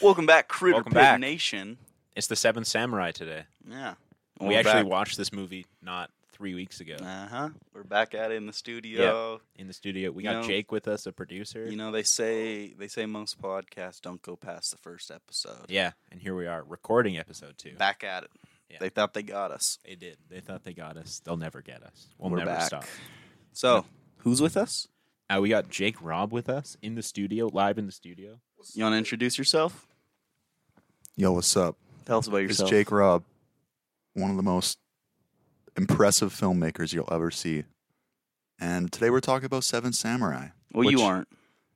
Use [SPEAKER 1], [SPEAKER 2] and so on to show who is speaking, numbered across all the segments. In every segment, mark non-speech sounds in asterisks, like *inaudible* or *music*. [SPEAKER 1] Welcome back, Critter
[SPEAKER 2] Welcome
[SPEAKER 1] Pig
[SPEAKER 2] back.
[SPEAKER 1] Nation.
[SPEAKER 2] It's the Seventh Samurai today.
[SPEAKER 1] Yeah.
[SPEAKER 2] we actually watched this movie not three weeks ago
[SPEAKER 1] Uh huh. We're back at it in the studio.
[SPEAKER 2] in the studio. We
[SPEAKER 1] You
[SPEAKER 2] got
[SPEAKER 1] know-
[SPEAKER 2] Jake with us, a producer.
[SPEAKER 1] You know they say they say most podcasts don't go past the first episode.
[SPEAKER 2] yeah, and here we are recording episode two.
[SPEAKER 1] Back at it.
[SPEAKER 2] Yeah.
[SPEAKER 1] They thought they got us.
[SPEAKER 2] They did. They thought they got us. They'll never get us. We'll
[SPEAKER 1] We're
[SPEAKER 2] never
[SPEAKER 1] back.
[SPEAKER 2] stop.
[SPEAKER 1] So who's with us?
[SPEAKER 2] Uh, we got Jake Robb with us in the studio, live in the studio.
[SPEAKER 1] You want to introduce yourself?
[SPEAKER 3] Yo, what's up?
[SPEAKER 1] Tell us about
[SPEAKER 3] It's
[SPEAKER 1] yourself.
[SPEAKER 3] Jake Robb, one of the most impressive filmmakers you'll ever see. And today we're talking about Seven Samurai,
[SPEAKER 1] Well,
[SPEAKER 3] Which-
[SPEAKER 1] you aren't.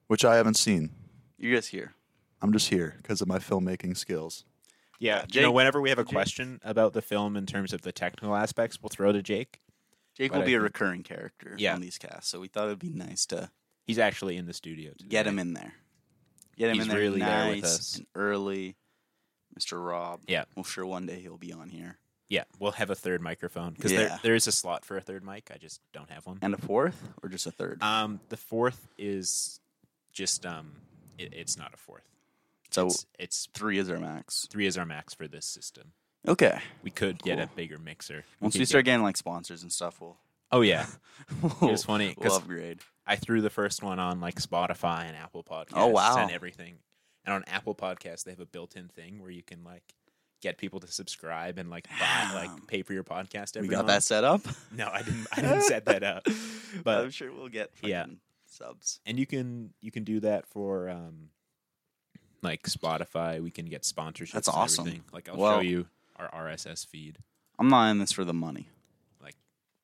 [SPEAKER 3] which I haven't seen.
[SPEAKER 1] You're just here.
[SPEAKER 3] I'm just here because of my filmmaking skills.
[SPEAKER 2] Yeah,
[SPEAKER 1] Jake-
[SPEAKER 2] you know, whenever we have a
[SPEAKER 1] Jake-
[SPEAKER 2] question about the film in terms of the technical aspects, we'll throw to Jake.
[SPEAKER 1] Jake
[SPEAKER 2] But
[SPEAKER 1] will
[SPEAKER 2] I
[SPEAKER 1] be a
[SPEAKER 2] think-
[SPEAKER 1] recurring character
[SPEAKER 2] Yeah.
[SPEAKER 1] on these casts, so we thought it'd be nice to
[SPEAKER 2] He's actually in the studio. Today.
[SPEAKER 1] get him in there. Get him
[SPEAKER 2] He's
[SPEAKER 1] in there
[SPEAKER 2] really
[SPEAKER 1] nice
[SPEAKER 2] there with us.
[SPEAKER 1] and early. Mr. Rob.
[SPEAKER 2] Yeah.
[SPEAKER 1] I'm sure one day he'll be on here.
[SPEAKER 2] Yeah, we'll have a third microphone because
[SPEAKER 1] Yeah.
[SPEAKER 2] there, there is a slot for a third mic. I just don't have one.
[SPEAKER 1] And a fourth or just a third?
[SPEAKER 2] Um, the fourth is just um, it, it's not a fourth.
[SPEAKER 1] so
[SPEAKER 2] It's, it's
[SPEAKER 1] three is our max.
[SPEAKER 2] three is our max for this system.
[SPEAKER 1] Okay.
[SPEAKER 2] We could get a
[SPEAKER 1] Cool.
[SPEAKER 2] bigger mixer.
[SPEAKER 1] Once
[SPEAKER 2] could
[SPEAKER 1] we start
[SPEAKER 2] get-
[SPEAKER 1] getting like sponsors and stuff, we'll, *laughs*
[SPEAKER 2] oh yeah,
[SPEAKER 1] we'll,
[SPEAKER 2] it was funny
[SPEAKER 1] *laughs* we'll
[SPEAKER 2] because
[SPEAKER 1] upgrade.
[SPEAKER 2] I threw the first one on like Spotify and Apple Podcasts.
[SPEAKER 1] Oh, wow.
[SPEAKER 2] and everything. And on Apple Podcasts, they have a built-in thing where you can like get people to subscribe and like buy
[SPEAKER 1] Damn.
[SPEAKER 2] like pay for your podcast. Every
[SPEAKER 1] We got that
[SPEAKER 2] month.
[SPEAKER 1] set up.
[SPEAKER 2] No, I didn't. I didn't set
[SPEAKER 1] *laughs*
[SPEAKER 2] that up. *laughs* But-
[SPEAKER 1] I'm sure we'll get
[SPEAKER 2] Yeah.
[SPEAKER 1] fucking subs.
[SPEAKER 2] and you can you can do that for um like Spotify. We can get sponsorships.
[SPEAKER 1] That's
[SPEAKER 2] and
[SPEAKER 1] awesome.
[SPEAKER 2] everything. Like I'll show
[SPEAKER 1] Well-
[SPEAKER 2] you our RSS feed.
[SPEAKER 1] I'm not in this for the money.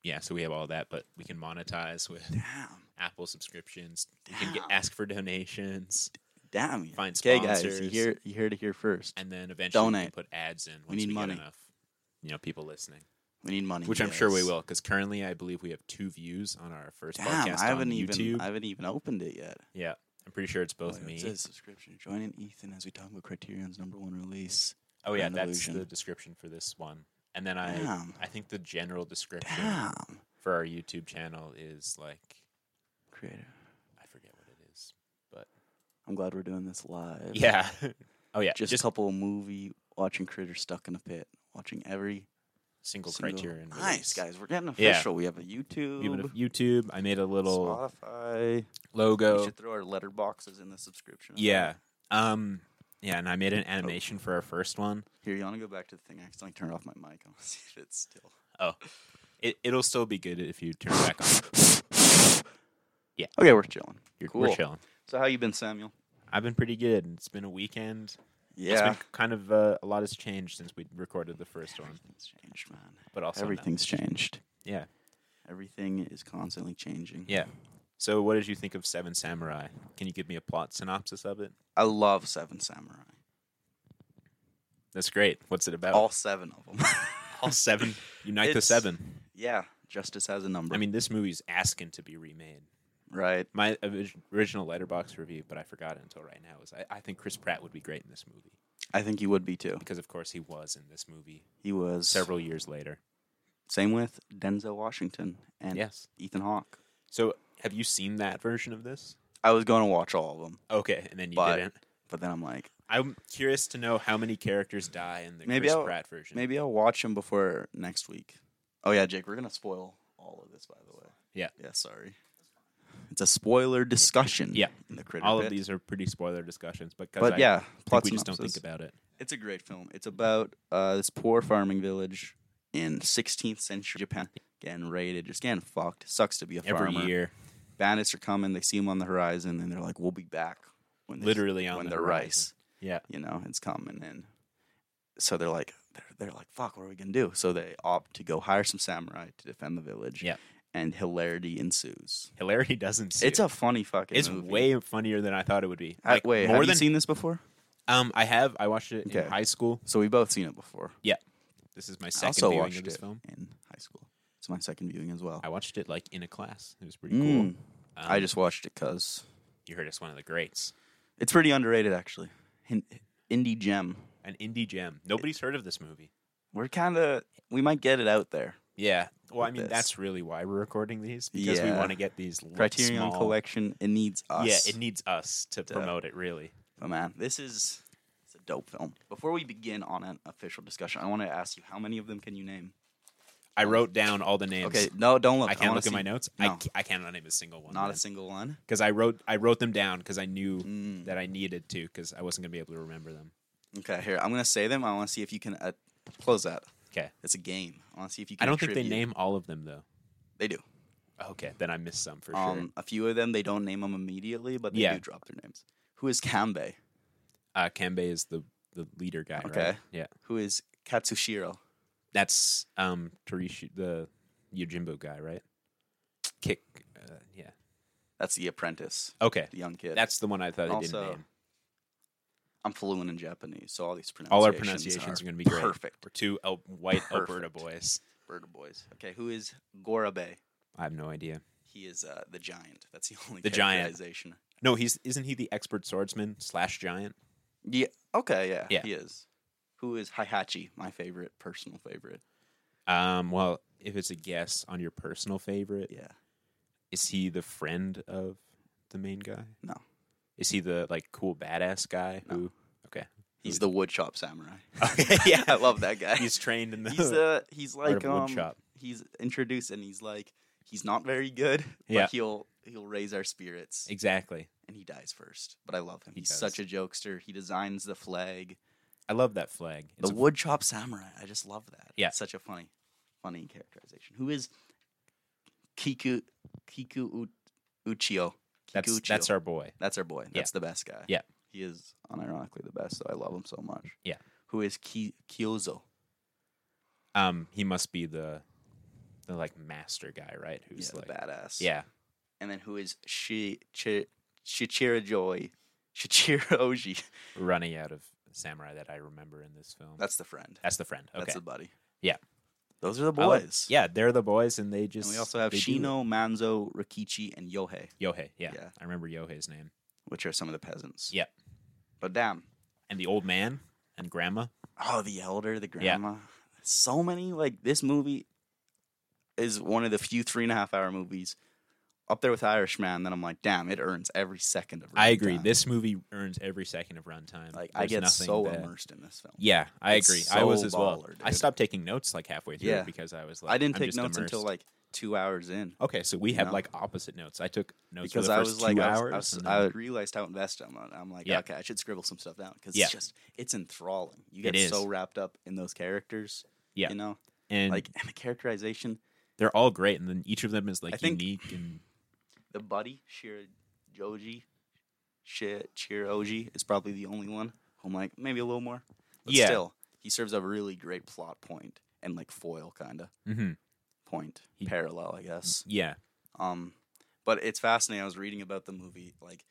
[SPEAKER 2] Yeah, so we have all that, but we can
[SPEAKER 1] *laughs*
[SPEAKER 2] monetize with
[SPEAKER 1] Damn.
[SPEAKER 2] Apple subscriptions. You can get,
[SPEAKER 1] Damn.
[SPEAKER 2] ask for donations,
[SPEAKER 1] Damn.
[SPEAKER 2] Find
[SPEAKER 1] okay, guys, you
[SPEAKER 2] sponsors.
[SPEAKER 1] hear, you hear to hear first.
[SPEAKER 2] and then eventually we can
[SPEAKER 1] Donate.
[SPEAKER 2] put ads in. Once
[SPEAKER 1] need
[SPEAKER 2] get
[SPEAKER 1] money.
[SPEAKER 2] enough, you know, people listening,
[SPEAKER 1] We need money.
[SPEAKER 2] which I'm sure we
[SPEAKER 1] guys.
[SPEAKER 2] will, because currently I believe we have two views on our first
[SPEAKER 1] Damn,
[SPEAKER 2] podcast
[SPEAKER 1] I haven't
[SPEAKER 2] on
[SPEAKER 1] even
[SPEAKER 2] YouTube.
[SPEAKER 1] I haven't even opened it yet.
[SPEAKER 2] Yeah, I'm pretty sure it's both
[SPEAKER 1] Wait,
[SPEAKER 2] me.
[SPEAKER 1] It says subscription. Join in Ethan as we talk about Criterion's number one release.
[SPEAKER 2] Oh yeah,
[SPEAKER 1] an
[SPEAKER 2] that's
[SPEAKER 1] illusion.
[SPEAKER 2] the description for this one. And then I,
[SPEAKER 1] Damn.
[SPEAKER 2] I think the general description
[SPEAKER 1] Damn.
[SPEAKER 2] for our YouTube channel is like
[SPEAKER 1] Creator.
[SPEAKER 2] I forget what it is.
[SPEAKER 1] I'm glad we're doing this live.
[SPEAKER 2] *laughs* Yeah. oh yeah.
[SPEAKER 1] Just,
[SPEAKER 2] Just,
[SPEAKER 1] a couple of movie watching critters stuck in a pit. Watching every
[SPEAKER 2] single,
[SPEAKER 1] single-
[SPEAKER 2] criterion.
[SPEAKER 1] Nice
[SPEAKER 2] release.
[SPEAKER 1] guys, we're getting
[SPEAKER 2] Yeah.
[SPEAKER 1] official. We have a
[SPEAKER 2] We have a
[SPEAKER 1] YouTube,
[SPEAKER 2] YouTube. I made a little
[SPEAKER 1] Spotify. We
[SPEAKER 2] logo.
[SPEAKER 1] should throw our letterboxes in the subscription.
[SPEAKER 2] Yeah. Um. Yeah, and I made an animation for our first one.
[SPEAKER 1] Here, you want to go back to the thing? I accidentally turned off my mic. *laughs* I want to see if it's still.
[SPEAKER 2] It it'll still be good if you turn it back on. Yeah.
[SPEAKER 1] Okay, we're chilling.
[SPEAKER 2] You're
[SPEAKER 1] Cool.
[SPEAKER 2] we're chilling.
[SPEAKER 1] So how you been, Samuel?
[SPEAKER 2] I've been pretty good. It's been a weekend. It's
[SPEAKER 1] Yeah.
[SPEAKER 2] been kind of uh, a lot has changed since we recorded the first one,
[SPEAKER 1] Everything's changed, man.
[SPEAKER 2] but also not.
[SPEAKER 1] Everything's changed.
[SPEAKER 2] Yeah.
[SPEAKER 1] Everything is constantly changing.
[SPEAKER 2] Yeah. So, what did you think of Seven Samurai? Can you give me a plot synopsis of it?
[SPEAKER 1] I love Seven Samurai.
[SPEAKER 2] That's great. What's it about?
[SPEAKER 1] All seven of them.
[SPEAKER 2] All seven. Unite the
[SPEAKER 1] It's-
[SPEAKER 2] seven.
[SPEAKER 1] *laughs* yeah, Justice has a number.
[SPEAKER 2] I mean, this movie's asking to be remade.
[SPEAKER 1] right?
[SPEAKER 2] My orig- original letterbox review, but I forgot it until right now, is I, I think Chris Pratt would be great in this movie
[SPEAKER 1] I think he would be too.
[SPEAKER 2] because, of course, he was in this movie
[SPEAKER 1] He was
[SPEAKER 2] several years later.
[SPEAKER 1] Same with Denzel Washington and
[SPEAKER 2] yes.
[SPEAKER 1] Ethan Hawke.
[SPEAKER 2] So, have you seen that version of this?
[SPEAKER 1] I was going to watch all of them,
[SPEAKER 2] Okay, and then you
[SPEAKER 1] But-
[SPEAKER 2] didn't.
[SPEAKER 1] but then I'm like,
[SPEAKER 2] I'm curious to know how many characters die in the
[SPEAKER 1] Maybe
[SPEAKER 2] Chris
[SPEAKER 1] I'll-
[SPEAKER 2] Pratt version.
[SPEAKER 1] maybe I'll watch them before next week. Oh yeah, Jake, we're gonna spoil all of this, by the way.
[SPEAKER 2] Yeah.
[SPEAKER 1] Yeah. Sorry. It's a spoiler discussion.
[SPEAKER 2] Yeah.
[SPEAKER 1] In the critter
[SPEAKER 2] All
[SPEAKER 1] Pit.
[SPEAKER 2] of these are pretty spoiler discussions, but 'cause
[SPEAKER 1] but
[SPEAKER 2] I
[SPEAKER 1] yeah,
[SPEAKER 2] think
[SPEAKER 1] plot
[SPEAKER 2] we just don't
[SPEAKER 1] synopsis.
[SPEAKER 2] think about it.
[SPEAKER 1] It's a great film. It's about uh, this poor farming village in 16th century Japan, getting raided, just getting fucked. Sucks to be a farmer.
[SPEAKER 2] every year,
[SPEAKER 1] bandits are coming. They see them on the horizon, and they're like, "We'll be back." When they-
[SPEAKER 2] literally on
[SPEAKER 1] when
[SPEAKER 2] the
[SPEAKER 1] their
[SPEAKER 2] horizon.
[SPEAKER 1] rice,
[SPEAKER 2] Yeah,
[SPEAKER 1] you know, it's coming in. So they're like, they're, they're like, "Fuck, what are we gonna do?" So they opt to go hire some samurai to defend the village.
[SPEAKER 2] Yeah.
[SPEAKER 1] and hilarity ensues.
[SPEAKER 2] hilarity doesn't. See
[SPEAKER 1] It's a funny fucking.
[SPEAKER 2] It's
[SPEAKER 1] movie.
[SPEAKER 2] way funnier than I thought it would be.
[SPEAKER 1] I-
[SPEAKER 2] Like,
[SPEAKER 1] wait,
[SPEAKER 2] more
[SPEAKER 1] have
[SPEAKER 2] than
[SPEAKER 1] you seen this before?
[SPEAKER 2] um, I have. I watched it
[SPEAKER 1] Okay.
[SPEAKER 2] in high school.
[SPEAKER 1] So we both seen it before.
[SPEAKER 2] This is my second
[SPEAKER 1] I also
[SPEAKER 2] viewing
[SPEAKER 1] watched
[SPEAKER 2] of this
[SPEAKER 1] it
[SPEAKER 2] film.
[SPEAKER 1] in high school. It's my second viewing as well.
[SPEAKER 2] I watched it like in a class. It was pretty cool.
[SPEAKER 1] Mm.
[SPEAKER 2] Um,
[SPEAKER 1] I just watched it because
[SPEAKER 2] you heard it's one of the greats,
[SPEAKER 1] it's pretty underrated, actually. Hin- indie gem.
[SPEAKER 2] an indie gem. Nobody's heard of this movie.
[SPEAKER 1] We're kind of we might get it out there.
[SPEAKER 2] Yeah. Well, I
[SPEAKER 1] With
[SPEAKER 2] mean,
[SPEAKER 1] this.
[SPEAKER 2] that's really why we're recording these because we
[SPEAKER 1] Yeah.
[SPEAKER 2] want to get these l-
[SPEAKER 1] Criterion
[SPEAKER 2] small-
[SPEAKER 1] Collection. It needs us.
[SPEAKER 2] Yeah, it needs us to promote it. Really,
[SPEAKER 1] but man, this is it's a dope film. Before we begin on an official discussion, I want to ask you how many of them can you name?
[SPEAKER 2] I wrote down all the names.
[SPEAKER 1] Okay, no, don't look.
[SPEAKER 2] I can't
[SPEAKER 1] wanna
[SPEAKER 2] look at
[SPEAKER 1] see-
[SPEAKER 2] my notes.
[SPEAKER 1] No.
[SPEAKER 2] I, c- I cannot name a single one.
[SPEAKER 1] Not a single one.
[SPEAKER 2] because I wrote I wrote them down because I knew
[SPEAKER 1] Mm.
[SPEAKER 2] that I needed to because I wasn't gonna be able to remember them.
[SPEAKER 1] Okay, here I'm gonna say them. I want to see if you can uh, close that.
[SPEAKER 2] Okay.
[SPEAKER 1] It's a game. I want to see if you. can
[SPEAKER 2] I don't think they
[SPEAKER 1] attribute-
[SPEAKER 2] name all of them though.
[SPEAKER 1] They do.
[SPEAKER 2] Okay, then I missed some for
[SPEAKER 1] um,
[SPEAKER 2] sure.
[SPEAKER 1] a few of them they don't name them immediately, but they
[SPEAKER 2] Yeah.
[SPEAKER 1] do drop their names. Who is Kanbei?
[SPEAKER 2] Uh, Kanbei is the the leader guy. Right?
[SPEAKER 1] Okay.
[SPEAKER 2] Yeah,
[SPEAKER 1] Who is Katsushiro?
[SPEAKER 2] that's um Torishi the Yojimbo guy, right? Kick. Uh, yeah.
[SPEAKER 1] That's the apprentice,
[SPEAKER 2] Okay,
[SPEAKER 1] the young kid.
[SPEAKER 2] that's the one I thought I didn't
[SPEAKER 1] Also,
[SPEAKER 2] name.
[SPEAKER 1] I'm fluent in Japanese, so all these pronunciations
[SPEAKER 2] All our pronunciations are, gonna be great.
[SPEAKER 1] perfect.
[SPEAKER 2] We're two El- white Alberta
[SPEAKER 1] Perfect.
[SPEAKER 2] boys.
[SPEAKER 1] Bird boys. Okay, who is Gorabei?
[SPEAKER 2] I have no idea.
[SPEAKER 1] He is uh, the giant. That's the *laughs* only
[SPEAKER 2] The giant.
[SPEAKER 1] characterization.
[SPEAKER 2] No, he's isn't he the expert swordsman slash giant?
[SPEAKER 1] Yeah. Okay. Yeah,
[SPEAKER 2] Yeah.
[SPEAKER 1] He is. Who is Hihachi? My favorite, personal favorite.
[SPEAKER 2] Um, well, if it's a guess on your personal favorite,
[SPEAKER 1] Yeah.
[SPEAKER 2] is he the friend of the main guy?
[SPEAKER 1] No.
[SPEAKER 2] Is he the like cool badass guy
[SPEAKER 1] No.
[SPEAKER 2] who? Okay.
[SPEAKER 1] He's the woodchop
[SPEAKER 2] *laughs*
[SPEAKER 1] samurai. *laughs*
[SPEAKER 2] Okay, yeah.
[SPEAKER 1] I love that guy.
[SPEAKER 2] He's trained in the.
[SPEAKER 1] he's
[SPEAKER 2] *laughs*
[SPEAKER 1] uh he's
[SPEAKER 2] art
[SPEAKER 1] like
[SPEAKER 2] of wood
[SPEAKER 1] um
[SPEAKER 2] chop.
[SPEAKER 1] he's introduced and he's like he's not very good *laughs* but
[SPEAKER 2] Yeah.
[SPEAKER 1] he'll he'll raise our spirits
[SPEAKER 2] exactly.
[SPEAKER 1] and he dies first but i love him
[SPEAKER 2] He
[SPEAKER 1] he's
[SPEAKER 2] does.
[SPEAKER 1] such a jokester he designs the flag
[SPEAKER 2] I love that flag. It's
[SPEAKER 1] the
[SPEAKER 2] a-
[SPEAKER 1] wood chop samurai i just love that
[SPEAKER 2] Yeah.
[SPEAKER 1] it's such a funny funny characterization who is kiku kiku U- uchio kiku
[SPEAKER 2] that's
[SPEAKER 1] uchio
[SPEAKER 2] that's our boy.
[SPEAKER 1] that's our boy
[SPEAKER 2] Yeah.
[SPEAKER 1] that's the best guy
[SPEAKER 2] Yeah.
[SPEAKER 1] he is unironically the best so i love him so much
[SPEAKER 2] Yeah.
[SPEAKER 1] who is Ki- kyozo
[SPEAKER 2] Um, he must be the, the like master guy, right? Who's
[SPEAKER 1] he's
[SPEAKER 2] like,
[SPEAKER 1] the badass
[SPEAKER 2] yeah,
[SPEAKER 1] and then who is she Chi- Shichiro Joy, Shichiro Oji.
[SPEAKER 2] running out of samurai that I remember in this film.
[SPEAKER 1] That's the friend.
[SPEAKER 2] That's the friend. Okay.
[SPEAKER 1] That's the buddy.
[SPEAKER 2] Yeah.
[SPEAKER 1] those are the
[SPEAKER 2] I love-
[SPEAKER 1] boys.
[SPEAKER 2] yeah, they're the boys, and they just
[SPEAKER 1] and we also have
[SPEAKER 2] they do it.
[SPEAKER 1] Shino, Manzo, Rikichi, and Yohei,
[SPEAKER 2] Yohei. Yeah.
[SPEAKER 1] Yeah.
[SPEAKER 2] I remember Yohei's name.
[SPEAKER 1] which are some of the peasants.
[SPEAKER 2] Yep.
[SPEAKER 1] But damn,
[SPEAKER 2] And the old man and grandma.
[SPEAKER 1] oh the elder, the
[SPEAKER 2] Yeah.
[SPEAKER 1] grandma, so many. Like this movie is one of the few three and a half hour movies up there with Irishman. That I'm like, damn, it earns every second of.
[SPEAKER 2] I agree.
[SPEAKER 1] runtime.
[SPEAKER 2] This movie earns every second of runtime.
[SPEAKER 1] like I
[SPEAKER 2] There's
[SPEAKER 1] get
[SPEAKER 2] nothing
[SPEAKER 1] so
[SPEAKER 2] that-
[SPEAKER 1] immersed in this film.
[SPEAKER 2] Yeah, I
[SPEAKER 1] It's
[SPEAKER 2] agree. I was
[SPEAKER 1] so
[SPEAKER 2] as well.
[SPEAKER 1] baller,
[SPEAKER 2] I
[SPEAKER 1] dude.
[SPEAKER 2] stopped taking notes like halfway through
[SPEAKER 1] Yeah.
[SPEAKER 2] because I was like,
[SPEAKER 1] I didn't
[SPEAKER 2] I'm
[SPEAKER 1] take
[SPEAKER 2] just
[SPEAKER 1] notes until
[SPEAKER 2] immersed.
[SPEAKER 1] like two hours in.
[SPEAKER 2] Okay, so we
[SPEAKER 1] you
[SPEAKER 2] have
[SPEAKER 1] know?
[SPEAKER 2] like opposite notes. I took notes
[SPEAKER 1] because
[SPEAKER 2] for the
[SPEAKER 1] I
[SPEAKER 2] first
[SPEAKER 1] was like,
[SPEAKER 2] two
[SPEAKER 1] I was-
[SPEAKER 2] hours.
[SPEAKER 1] I, was-
[SPEAKER 2] and
[SPEAKER 1] I
[SPEAKER 2] then-
[SPEAKER 1] realized how invested I'm. I'm like,
[SPEAKER 2] Yeah.
[SPEAKER 1] okay, I should scribble some stuff down because
[SPEAKER 2] Yeah.
[SPEAKER 1] it's just it's enthralling. You
[SPEAKER 2] It
[SPEAKER 1] get so
[SPEAKER 2] is.
[SPEAKER 1] wrapped up in those characters.
[SPEAKER 2] Yeah.
[SPEAKER 1] you know,
[SPEAKER 2] and
[SPEAKER 1] like and the characterization.
[SPEAKER 2] they're all great, and then each of them is like
[SPEAKER 1] I think-
[SPEAKER 2] unique and
[SPEAKER 1] The buddy Shira Joji, Shira Chiroji is probably the only one. who I'm like maybe a little more. But
[SPEAKER 2] Yeah.
[SPEAKER 1] still, he serves a really great plot point and like foil kind of
[SPEAKER 2] Mhm.
[SPEAKER 1] point
[SPEAKER 2] He-
[SPEAKER 1] parallel, I guess.
[SPEAKER 2] yeah,
[SPEAKER 1] Um, but it's fascinating. I was reading about the movie. Like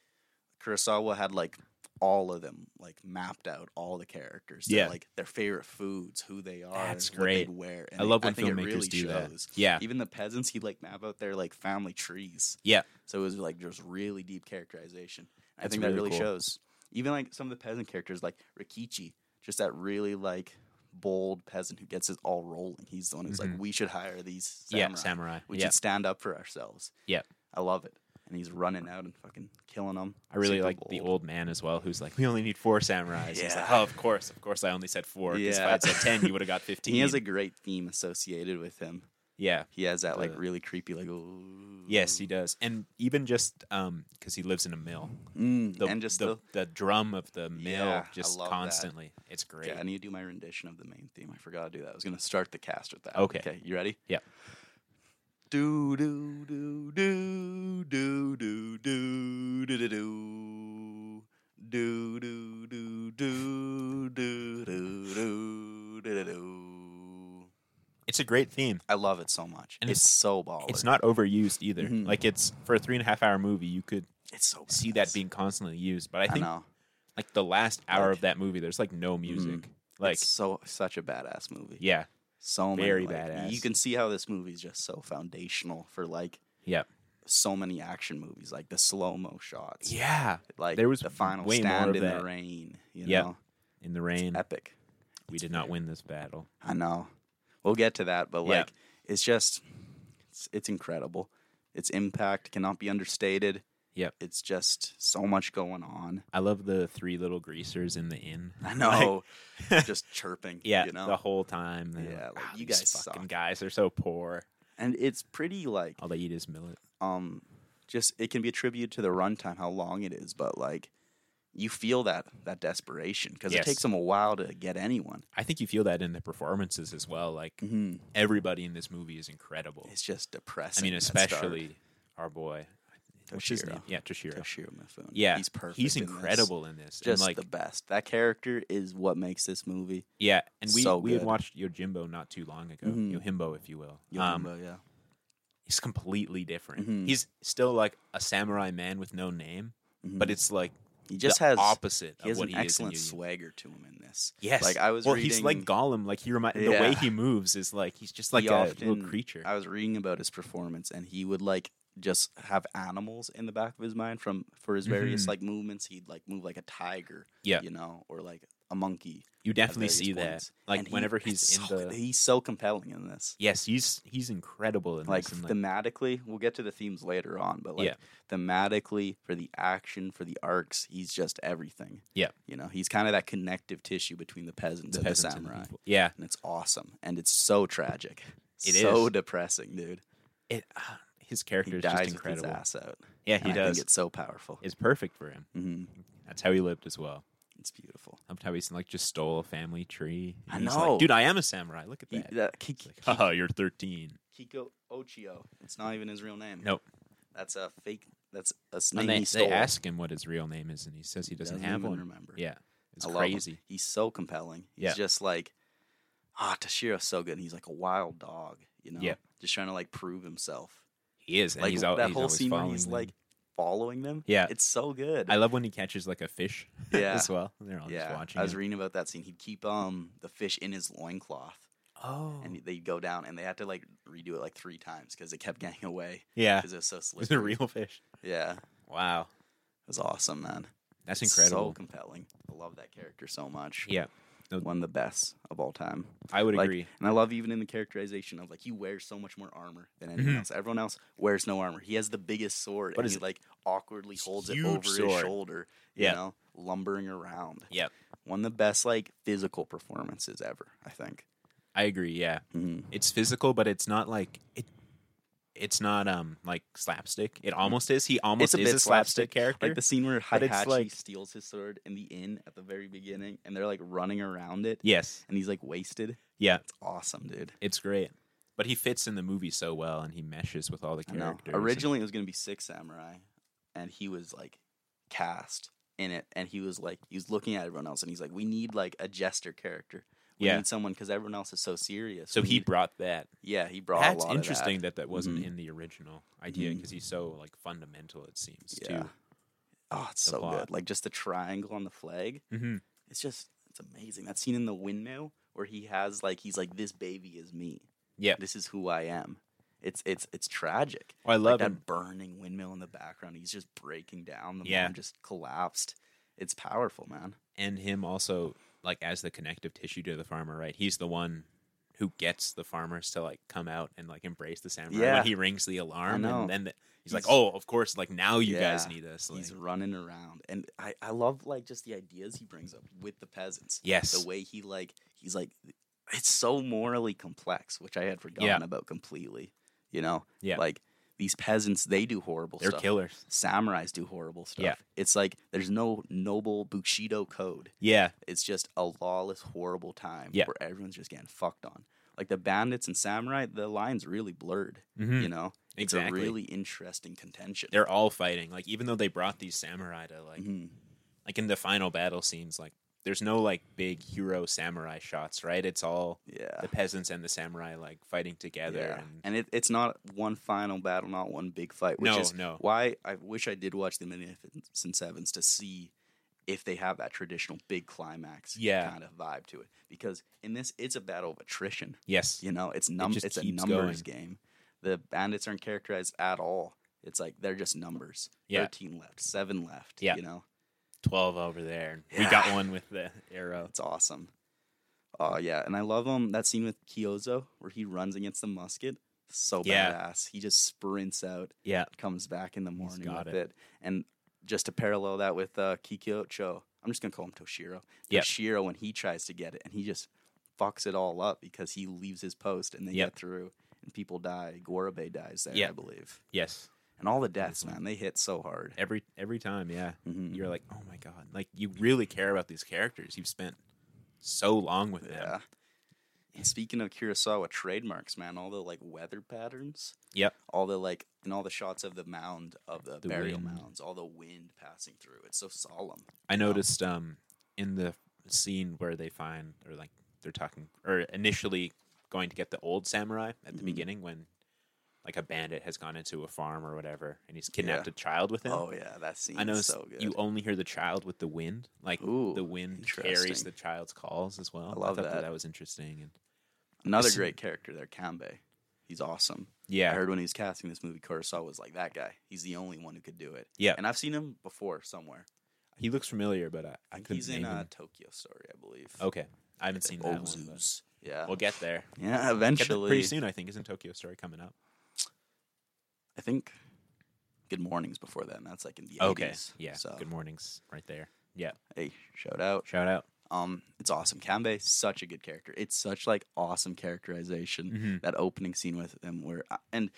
[SPEAKER 1] Kurosawa had like all of them like mapped out all the characters. their,
[SPEAKER 2] Yeah.
[SPEAKER 1] like their favorite foods, who they are,
[SPEAKER 2] That's
[SPEAKER 1] and what they'd
[SPEAKER 2] great.
[SPEAKER 1] wear. And
[SPEAKER 2] I
[SPEAKER 1] it-
[SPEAKER 2] love when
[SPEAKER 1] think it
[SPEAKER 2] filmmakers
[SPEAKER 1] really
[SPEAKER 2] do that.
[SPEAKER 1] shows.
[SPEAKER 2] yeah,
[SPEAKER 1] Even the peasants, he like map out their like family trees.
[SPEAKER 2] yeah.
[SPEAKER 1] So it was like just really deep characterization. I
[SPEAKER 2] That's
[SPEAKER 1] think that
[SPEAKER 2] really
[SPEAKER 1] really
[SPEAKER 2] cool.
[SPEAKER 1] shows. Even like some of the peasant characters, like Rikichi, just that really like bold peasant who gets it all rolling. He's the one who's
[SPEAKER 2] Mhm.
[SPEAKER 1] like, we should hire these
[SPEAKER 2] Yeah,
[SPEAKER 1] samurai
[SPEAKER 2] samurai.
[SPEAKER 1] we
[SPEAKER 2] yeah.
[SPEAKER 1] should stand up for ourselves.
[SPEAKER 2] Yeah.
[SPEAKER 1] I love it. And he's running out and fucking killing them.
[SPEAKER 2] I really like the old man as well, who's like, "We only need four samurais." He's like,
[SPEAKER 1] Yeah.
[SPEAKER 2] "Oh, of course, of course. I only said four. 'cause
[SPEAKER 1] Yeah.
[SPEAKER 2] If I had said ten, you would have got
[SPEAKER 1] *laughs*
[SPEAKER 2] fifteen.
[SPEAKER 1] He has a great theme associated with him.
[SPEAKER 2] yeah,
[SPEAKER 1] He has that like
[SPEAKER 2] The-
[SPEAKER 1] really creepy like. Ooh.
[SPEAKER 2] yes, he does. And even just um, because he lives in a mill,
[SPEAKER 1] Mm,
[SPEAKER 2] the,
[SPEAKER 1] and just
[SPEAKER 2] the,
[SPEAKER 1] the,
[SPEAKER 2] the, drum of the mill
[SPEAKER 1] Yeah, I
[SPEAKER 2] just
[SPEAKER 1] love that.
[SPEAKER 2] constantly. It's great.
[SPEAKER 1] Okay, I need to do my rendition of the main theme. I forgot to do that. I was gonna start the cast with that.
[SPEAKER 2] Okay.
[SPEAKER 1] Okay. You ready?
[SPEAKER 2] Yeah.
[SPEAKER 1] Do do do do do do do do do do do do do do do do do do do.
[SPEAKER 2] It's a great theme.
[SPEAKER 1] I love it so much.
[SPEAKER 2] And
[SPEAKER 1] it's,
[SPEAKER 2] it's-
[SPEAKER 1] so baller.
[SPEAKER 2] It's not overused either.
[SPEAKER 1] Mhm.
[SPEAKER 2] Like it's for a three and a half hour movie, you could
[SPEAKER 1] It's so.
[SPEAKER 2] see that
[SPEAKER 1] badass.
[SPEAKER 2] being constantly used. But I think
[SPEAKER 1] know.
[SPEAKER 2] like the last hour
[SPEAKER 1] Like- Mm-hmm.
[SPEAKER 2] of that movie, there's like no music. Like
[SPEAKER 1] it's so such a badass movie.
[SPEAKER 2] yeah,
[SPEAKER 1] so
[SPEAKER 2] Very
[SPEAKER 1] many, like, You
[SPEAKER 2] badass.
[SPEAKER 1] can see how this movie is just so foundational for like
[SPEAKER 2] yeah,
[SPEAKER 1] so many action movies, like the slow mo shots,
[SPEAKER 2] yeah.
[SPEAKER 1] like
[SPEAKER 2] There was
[SPEAKER 1] the final
[SPEAKER 2] way more
[SPEAKER 1] stand
[SPEAKER 2] of
[SPEAKER 1] in
[SPEAKER 2] that.
[SPEAKER 1] the rain. You
[SPEAKER 2] Yeah.
[SPEAKER 1] know,
[SPEAKER 2] In the rain,
[SPEAKER 1] epic.
[SPEAKER 2] we did not win this battle.
[SPEAKER 1] I know. We'll get to that, but
[SPEAKER 2] Yeah.
[SPEAKER 1] like, it's just, it's, it's incredible. Its impact cannot be understated.
[SPEAKER 2] Yep.
[SPEAKER 1] It's just so much going on.
[SPEAKER 2] I love the three little greasers in the inn.
[SPEAKER 1] I
[SPEAKER 2] *laughs* Like,
[SPEAKER 1] know, just chirping.
[SPEAKER 2] yeah,
[SPEAKER 1] you know,
[SPEAKER 2] the whole time. they're
[SPEAKER 1] Yeah, like,
[SPEAKER 2] "Ah,
[SPEAKER 1] you
[SPEAKER 2] these
[SPEAKER 1] guys
[SPEAKER 2] fucking
[SPEAKER 1] suck."
[SPEAKER 2] guys are so poor.
[SPEAKER 1] and it's pretty like
[SPEAKER 2] All they eat is millet.
[SPEAKER 1] um, just it can be attributed to the runtime, how long it is, but like you feel that that desperation because
[SPEAKER 2] Yes.
[SPEAKER 1] it takes them a while to get anyone.
[SPEAKER 2] I think you feel that in the performances as well. Like
[SPEAKER 1] hmm
[SPEAKER 2] everybody in this movie is incredible.
[SPEAKER 1] It's just
[SPEAKER 2] I
[SPEAKER 1] depressing.
[SPEAKER 2] mean,
[SPEAKER 1] that start.
[SPEAKER 2] especially our boy. What's his
[SPEAKER 1] Toshiro.
[SPEAKER 2] name? Yeah, Toshiro.
[SPEAKER 1] Toshiro Mifune.
[SPEAKER 2] Yeah,
[SPEAKER 1] he's perfect.
[SPEAKER 2] He's
[SPEAKER 1] in this.
[SPEAKER 2] incredible in this.
[SPEAKER 1] Just
[SPEAKER 2] and like
[SPEAKER 1] the best. That character is what makes this movie.
[SPEAKER 2] yeah, and we
[SPEAKER 1] so
[SPEAKER 2] we had
[SPEAKER 1] good.
[SPEAKER 2] watched Yojimbo not too long ago.
[SPEAKER 1] Mhm.
[SPEAKER 2] Yojimbo, if you will. Um,
[SPEAKER 1] Yojimbo, yeah.
[SPEAKER 2] he's completely different.
[SPEAKER 1] Mhm.
[SPEAKER 2] He's still like a samurai man with no name, but it's like
[SPEAKER 1] He Mm-hmm. just
[SPEAKER 2] the
[SPEAKER 1] has
[SPEAKER 2] opposite
[SPEAKER 1] he has
[SPEAKER 2] of what
[SPEAKER 1] an
[SPEAKER 2] he
[SPEAKER 1] excellent
[SPEAKER 2] is in Yu Yu.
[SPEAKER 1] swagger to him in this.
[SPEAKER 2] Yes,
[SPEAKER 1] Like, I was
[SPEAKER 2] Well, he's like
[SPEAKER 1] reading-
[SPEAKER 2] Gollum. Like he remind the way
[SPEAKER 1] Yeah.
[SPEAKER 2] he moves is like he's just like
[SPEAKER 1] He
[SPEAKER 2] a
[SPEAKER 1] often-
[SPEAKER 2] little creature.
[SPEAKER 1] I was reading about his performance, and he would like just have animals in the back of his mind from for his various
[SPEAKER 2] Mhm.
[SPEAKER 1] like movements. He'd like move like a tiger,
[SPEAKER 2] Yeah.
[SPEAKER 1] you know, or like a monkey.
[SPEAKER 2] you
[SPEAKER 1] at
[SPEAKER 2] definitely
[SPEAKER 1] various
[SPEAKER 2] see that.
[SPEAKER 1] points.
[SPEAKER 2] Like
[SPEAKER 1] And he-
[SPEAKER 2] whenever
[SPEAKER 1] it's
[SPEAKER 2] he's in
[SPEAKER 1] so-
[SPEAKER 2] the
[SPEAKER 1] he's so compelling in this.
[SPEAKER 2] yes, he's he's incredible in
[SPEAKER 1] Like
[SPEAKER 2] this. And,
[SPEAKER 1] thematically, we'll get to the themes later on, but like
[SPEAKER 2] Yeah.
[SPEAKER 1] thematically for the action, for the arcs, he's just everything.
[SPEAKER 2] Yeah.
[SPEAKER 1] you know, he's kind of that connective tissue between the peasants
[SPEAKER 2] the
[SPEAKER 1] and
[SPEAKER 2] peasants
[SPEAKER 1] the
[SPEAKER 2] and the
[SPEAKER 1] samurai.
[SPEAKER 2] people. Yeah,
[SPEAKER 1] and it's awesome and it's so tragic.
[SPEAKER 2] It
[SPEAKER 1] It is so
[SPEAKER 2] is.
[SPEAKER 1] depressing, dude.
[SPEAKER 2] it, ah, his
[SPEAKER 1] He
[SPEAKER 2] character is just
[SPEAKER 1] dies with his
[SPEAKER 2] incredible.
[SPEAKER 1] ass out.
[SPEAKER 2] Yeah,
[SPEAKER 1] and
[SPEAKER 2] he
[SPEAKER 1] I
[SPEAKER 2] does.
[SPEAKER 1] think
[SPEAKER 2] It's, Mm-hmm.
[SPEAKER 1] it's so powerful.
[SPEAKER 2] perfect for him.
[SPEAKER 1] hmm
[SPEAKER 2] That's how he lived as well.
[SPEAKER 1] It's beautiful.
[SPEAKER 2] Loved how he's like just stole a family tree.
[SPEAKER 1] I
[SPEAKER 2] He's
[SPEAKER 1] know.
[SPEAKER 2] like, dude. I am a samurai. Look at
[SPEAKER 1] He,
[SPEAKER 2] that.
[SPEAKER 1] that, Ki-
[SPEAKER 2] It's like, *laughs* haha, you're 13. *laughs*
[SPEAKER 1] Ki- Kiko Ochio. It's not even his real name.
[SPEAKER 2] Nope.
[SPEAKER 1] That's a fake. That's a snake
[SPEAKER 2] And they,
[SPEAKER 1] he
[SPEAKER 2] they
[SPEAKER 1] stole.
[SPEAKER 2] ask him what his real name is, and he says he doesn't, have
[SPEAKER 1] even
[SPEAKER 2] one.
[SPEAKER 1] Remember?
[SPEAKER 2] Yeah, it's
[SPEAKER 1] I love him.
[SPEAKER 2] crazy.
[SPEAKER 1] He's so compelling. He's
[SPEAKER 2] Yeah.
[SPEAKER 1] just like, ah, Tashiro's so good. And he's like a wild dog, you know.
[SPEAKER 2] Yeah.
[SPEAKER 1] Just trying to like prove himself.
[SPEAKER 2] He is, and
[SPEAKER 1] like
[SPEAKER 2] he's, al-
[SPEAKER 1] that
[SPEAKER 2] he's
[SPEAKER 1] whole
[SPEAKER 2] always
[SPEAKER 1] scene where
[SPEAKER 2] following
[SPEAKER 1] he's
[SPEAKER 2] them.
[SPEAKER 1] like following them.
[SPEAKER 2] Yeah.
[SPEAKER 1] It's so good.
[SPEAKER 2] I love when he catches like a fish *laughs*
[SPEAKER 1] Yeah.
[SPEAKER 2] as well. They're all just watching.
[SPEAKER 1] I was
[SPEAKER 2] him.
[SPEAKER 1] reading about that scene. He'd keep um the fish in his loincloth
[SPEAKER 2] oh,
[SPEAKER 1] and they'd go down and they had to like redo it like three times because it kept *laughs* getting away
[SPEAKER 2] *laughs* yeah,
[SPEAKER 1] because it was so
[SPEAKER 2] it's a
[SPEAKER 1] slippery.
[SPEAKER 2] real fish.
[SPEAKER 1] Yeah. It
[SPEAKER 2] Wow,
[SPEAKER 1] was awesome, man.
[SPEAKER 2] that's
[SPEAKER 1] It's So
[SPEAKER 2] incredible.
[SPEAKER 1] compelling. I love that character so much.
[SPEAKER 2] yeah,
[SPEAKER 1] One of the best of all time.
[SPEAKER 2] I would
[SPEAKER 1] Like,
[SPEAKER 2] agree.
[SPEAKER 1] And I love even in the characterization of like he wears so much more armor than anyone
[SPEAKER 2] Mhm.
[SPEAKER 1] else. Everyone else wears no armor. He has the biggest sword
[SPEAKER 2] What
[SPEAKER 1] and
[SPEAKER 2] is
[SPEAKER 1] he
[SPEAKER 2] it?
[SPEAKER 1] like awkwardly holds it
[SPEAKER 2] Huge
[SPEAKER 1] over his
[SPEAKER 2] sword.
[SPEAKER 1] shoulder,
[SPEAKER 2] Yeah.
[SPEAKER 1] you know, lumbering around.
[SPEAKER 2] Yep.
[SPEAKER 1] One of the best like physical performances ever, I think.
[SPEAKER 2] I agree. Yeah,
[SPEAKER 1] Mhm.
[SPEAKER 2] it's physical, but it's not like it. It's not um like slapstick. It almost is. He almost
[SPEAKER 1] a
[SPEAKER 2] is
[SPEAKER 1] bit
[SPEAKER 2] a slapstick,
[SPEAKER 1] slapstick.
[SPEAKER 2] character.
[SPEAKER 1] Like the scene where
[SPEAKER 2] But it's
[SPEAKER 1] Hihachi
[SPEAKER 2] like-
[SPEAKER 1] steals his sword in the inn at the very beginning and they're like running around it
[SPEAKER 2] yes.
[SPEAKER 1] and he's like wasted.
[SPEAKER 2] Yeah.
[SPEAKER 1] It's awesome, dude.
[SPEAKER 2] It's great. But he fits in the movie so well, and he meshes with all the
[SPEAKER 1] I know.
[SPEAKER 2] characters. and-
[SPEAKER 1] Originally, it was going to be Six Samurai, and he was like cast in it, and he was like, he was looking at everyone else, and he's like, we need like a jester character. We
[SPEAKER 2] Yeah.
[SPEAKER 1] need someone because everyone else is so serious.
[SPEAKER 2] so
[SPEAKER 1] We
[SPEAKER 2] he
[SPEAKER 1] need-
[SPEAKER 2] brought that.
[SPEAKER 1] yeah, he brought
[SPEAKER 2] That's
[SPEAKER 1] a lot
[SPEAKER 2] interesting
[SPEAKER 1] Of
[SPEAKER 2] that. that wasn't
[SPEAKER 1] Mhm.
[SPEAKER 2] in the original idea
[SPEAKER 1] Mhm.
[SPEAKER 2] because he's so like fundamental. It seems
[SPEAKER 1] that. Yeah.
[SPEAKER 2] too.
[SPEAKER 1] Oh, it's
[SPEAKER 2] the
[SPEAKER 1] so
[SPEAKER 2] plot.
[SPEAKER 1] good. Like just the triangle on the flag.
[SPEAKER 2] Mm-hmm.
[SPEAKER 1] It's just, it's amazing. That scene in the windmill where he has like, he's like, this baby is me.
[SPEAKER 2] Yeah.
[SPEAKER 1] This is who I am. It's it's it's tragic.
[SPEAKER 2] Oh, I
[SPEAKER 1] like
[SPEAKER 2] love
[SPEAKER 1] that
[SPEAKER 2] him.
[SPEAKER 1] burning windmill in the background. He's just breaking down. The
[SPEAKER 2] Yeah.
[SPEAKER 1] mom just collapsed. It's powerful, man.
[SPEAKER 2] and him also like as the connective tissue to the farmer, right? He's the one who gets the farmers to like come out and like embrace the samurai
[SPEAKER 1] Yeah.
[SPEAKER 2] when he rings the alarm,
[SPEAKER 1] know.
[SPEAKER 2] and then the, he's, like,
[SPEAKER 1] He's-
[SPEAKER 2] "Oh, of course! Like now you guys
[SPEAKER 1] Yeah.
[SPEAKER 2] need us." Like,
[SPEAKER 1] He's running around, and I I love like just the ideas he brings up with the peasants.
[SPEAKER 2] yes,
[SPEAKER 1] The way he like he's like it's so morally complex, which I had forgotten about completely. You know,
[SPEAKER 2] Yeah.
[SPEAKER 1] like these peasants, they do horrible
[SPEAKER 2] they're
[SPEAKER 1] stuff.
[SPEAKER 2] killers.
[SPEAKER 1] Samurais do horrible stuff.
[SPEAKER 2] Yeah.
[SPEAKER 1] It's like there's no noble Bushido code.
[SPEAKER 2] Yeah,
[SPEAKER 1] It's just a lawless, horrible time
[SPEAKER 2] Yeah.
[SPEAKER 1] where everyone's just getting fucked on. Like the bandits and samurai, the line's really blurred.
[SPEAKER 2] Mhm.
[SPEAKER 1] You know,
[SPEAKER 2] Exactly.
[SPEAKER 1] it's a really interesting contention.
[SPEAKER 2] they're all fighting. Like even though they brought these samurai to like
[SPEAKER 1] Mhm.
[SPEAKER 2] like in the final battle scenes, like there's no like big hero samurai shots, right? It's all
[SPEAKER 1] Yeah,
[SPEAKER 2] the peasants and the samurai like fighting together.
[SPEAKER 1] yeah.
[SPEAKER 2] And,
[SPEAKER 1] and it, it's not one final battle, not one big fight. Which
[SPEAKER 2] no,
[SPEAKER 1] is
[SPEAKER 2] no,
[SPEAKER 1] why I wish I did watch the Magnificent Sevens to see if they have that traditional big climax
[SPEAKER 2] Yeah.
[SPEAKER 1] kind of vibe to it. Because in this, it's a battle of attrition.
[SPEAKER 2] yes,
[SPEAKER 1] You know, it's num
[SPEAKER 2] just
[SPEAKER 1] it's a
[SPEAKER 2] keeps
[SPEAKER 1] numbers game. The bandits aren't characterized at all. It's like they're just numbers.
[SPEAKER 2] Yeah.
[SPEAKER 1] Thirteen left, seven left.
[SPEAKER 2] Yeah.
[SPEAKER 1] You know?
[SPEAKER 2] twelve over there. And We got
[SPEAKER 1] Yeah.
[SPEAKER 2] one with the arrow.
[SPEAKER 1] It's awesome. Oh yeah. And I love um that scene with Kyozo where he runs against the musket. so
[SPEAKER 2] Yeah.
[SPEAKER 1] badass. He just sprints out,
[SPEAKER 2] Yeah.
[SPEAKER 1] comes back in the morning
[SPEAKER 2] got
[SPEAKER 1] with
[SPEAKER 2] it.
[SPEAKER 1] it. And just to parallel that with uh, Kikyocho, I'm just gonna call him Toshiro.
[SPEAKER 2] Yep.
[SPEAKER 1] Toshiro when he tries to get it, and he just fucks it all up because he leaves his post and they
[SPEAKER 2] Yep.
[SPEAKER 1] get through, and people die. Guarabe dies there, I
[SPEAKER 2] Yep.
[SPEAKER 1] believe.
[SPEAKER 2] Yes.
[SPEAKER 1] And all the deaths, man, they hit so hard.
[SPEAKER 2] Every every time, yeah.
[SPEAKER 1] Mhm.
[SPEAKER 2] You're like, "Oh my god." Like you really care about these characters. You've spent so long with
[SPEAKER 1] Yeah.
[SPEAKER 2] them.
[SPEAKER 1] And speaking of Kurosawa trademarks, man, all the like weather patterns,
[SPEAKER 2] Yep.
[SPEAKER 1] all the like, and all the shots of the mound of the,
[SPEAKER 2] The
[SPEAKER 1] burial
[SPEAKER 2] wind.
[SPEAKER 1] mounds, all the wind passing through. It's so solemn.
[SPEAKER 2] I noticed um in the scene where they find or like they're talking or initially going to get the old samurai at the
[SPEAKER 1] Mhm.
[SPEAKER 2] beginning when like a bandit has gone into a farm or whatever and he's kidnapped a child with him.
[SPEAKER 1] Oh yeah, that scene.
[SPEAKER 2] I know
[SPEAKER 1] is so good.
[SPEAKER 2] you only hear the child with the wind. Like
[SPEAKER 1] Ooh,
[SPEAKER 2] the wind carries
[SPEAKER 1] interesting.
[SPEAKER 2] the child's calls as well.
[SPEAKER 1] I love
[SPEAKER 2] thought that.
[SPEAKER 1] that.
[SPEAKER 2] was interesting. And
[SPEAKER 1] Another
[SPEAKER 2] Listen.
[SPEAKER 1] great character there, Kambe. He's awesome.
[SPEAKER 2] yeah,
[SPEAKER 1] I heard when he was casting this movie, Kurosawa was like, that guy, he's the only one who could do it.
[SPEAKER 2] Yeah.
[SPEAKER 1] And I've seen him before somewhere.
[SPEAKER 2] he looks familiar, but I, I
[SPEAKER 1] I think
[SPEAKER 2] couldn't
[SPEAKER 1] he's in
[SPEAKER 2] name
[SPEAKER 1] uh,
[SPEAKER 2] him.
[SPEAKER 1] Tokyo Story, I believe.
[SPEAKER 2] Okay, I haven't seen that one. but
[SPEAKER 1] Ozus. Yeah.
[SPEAKER 2] We'll get there.
[SPEAKER 1] yeah,
[SPEAKER 2] Get there
[SPEAKER 1] eventually.
[SPEAKER 2] pretty soon, I think. Isn't Tokyo Story coming up?
[SPEAKER 1] I think Good Morning's before that, and that's like in the 80s.
[SPEAKER 2] yeah.
[SPEAKER 1] So,
[SPEAKER 2] Good mornings, right there. Yeah,
[SPEAKER 1] hey, shout out.
[SPEAKER 2] shout out.
[SPEAKER 1] Um, It's awesome. Kanbei, such a good character. It's such like awesome characterization.
[SPEAKER 2] Mhm.
[SPEAKER 1] That opening scene with him where, and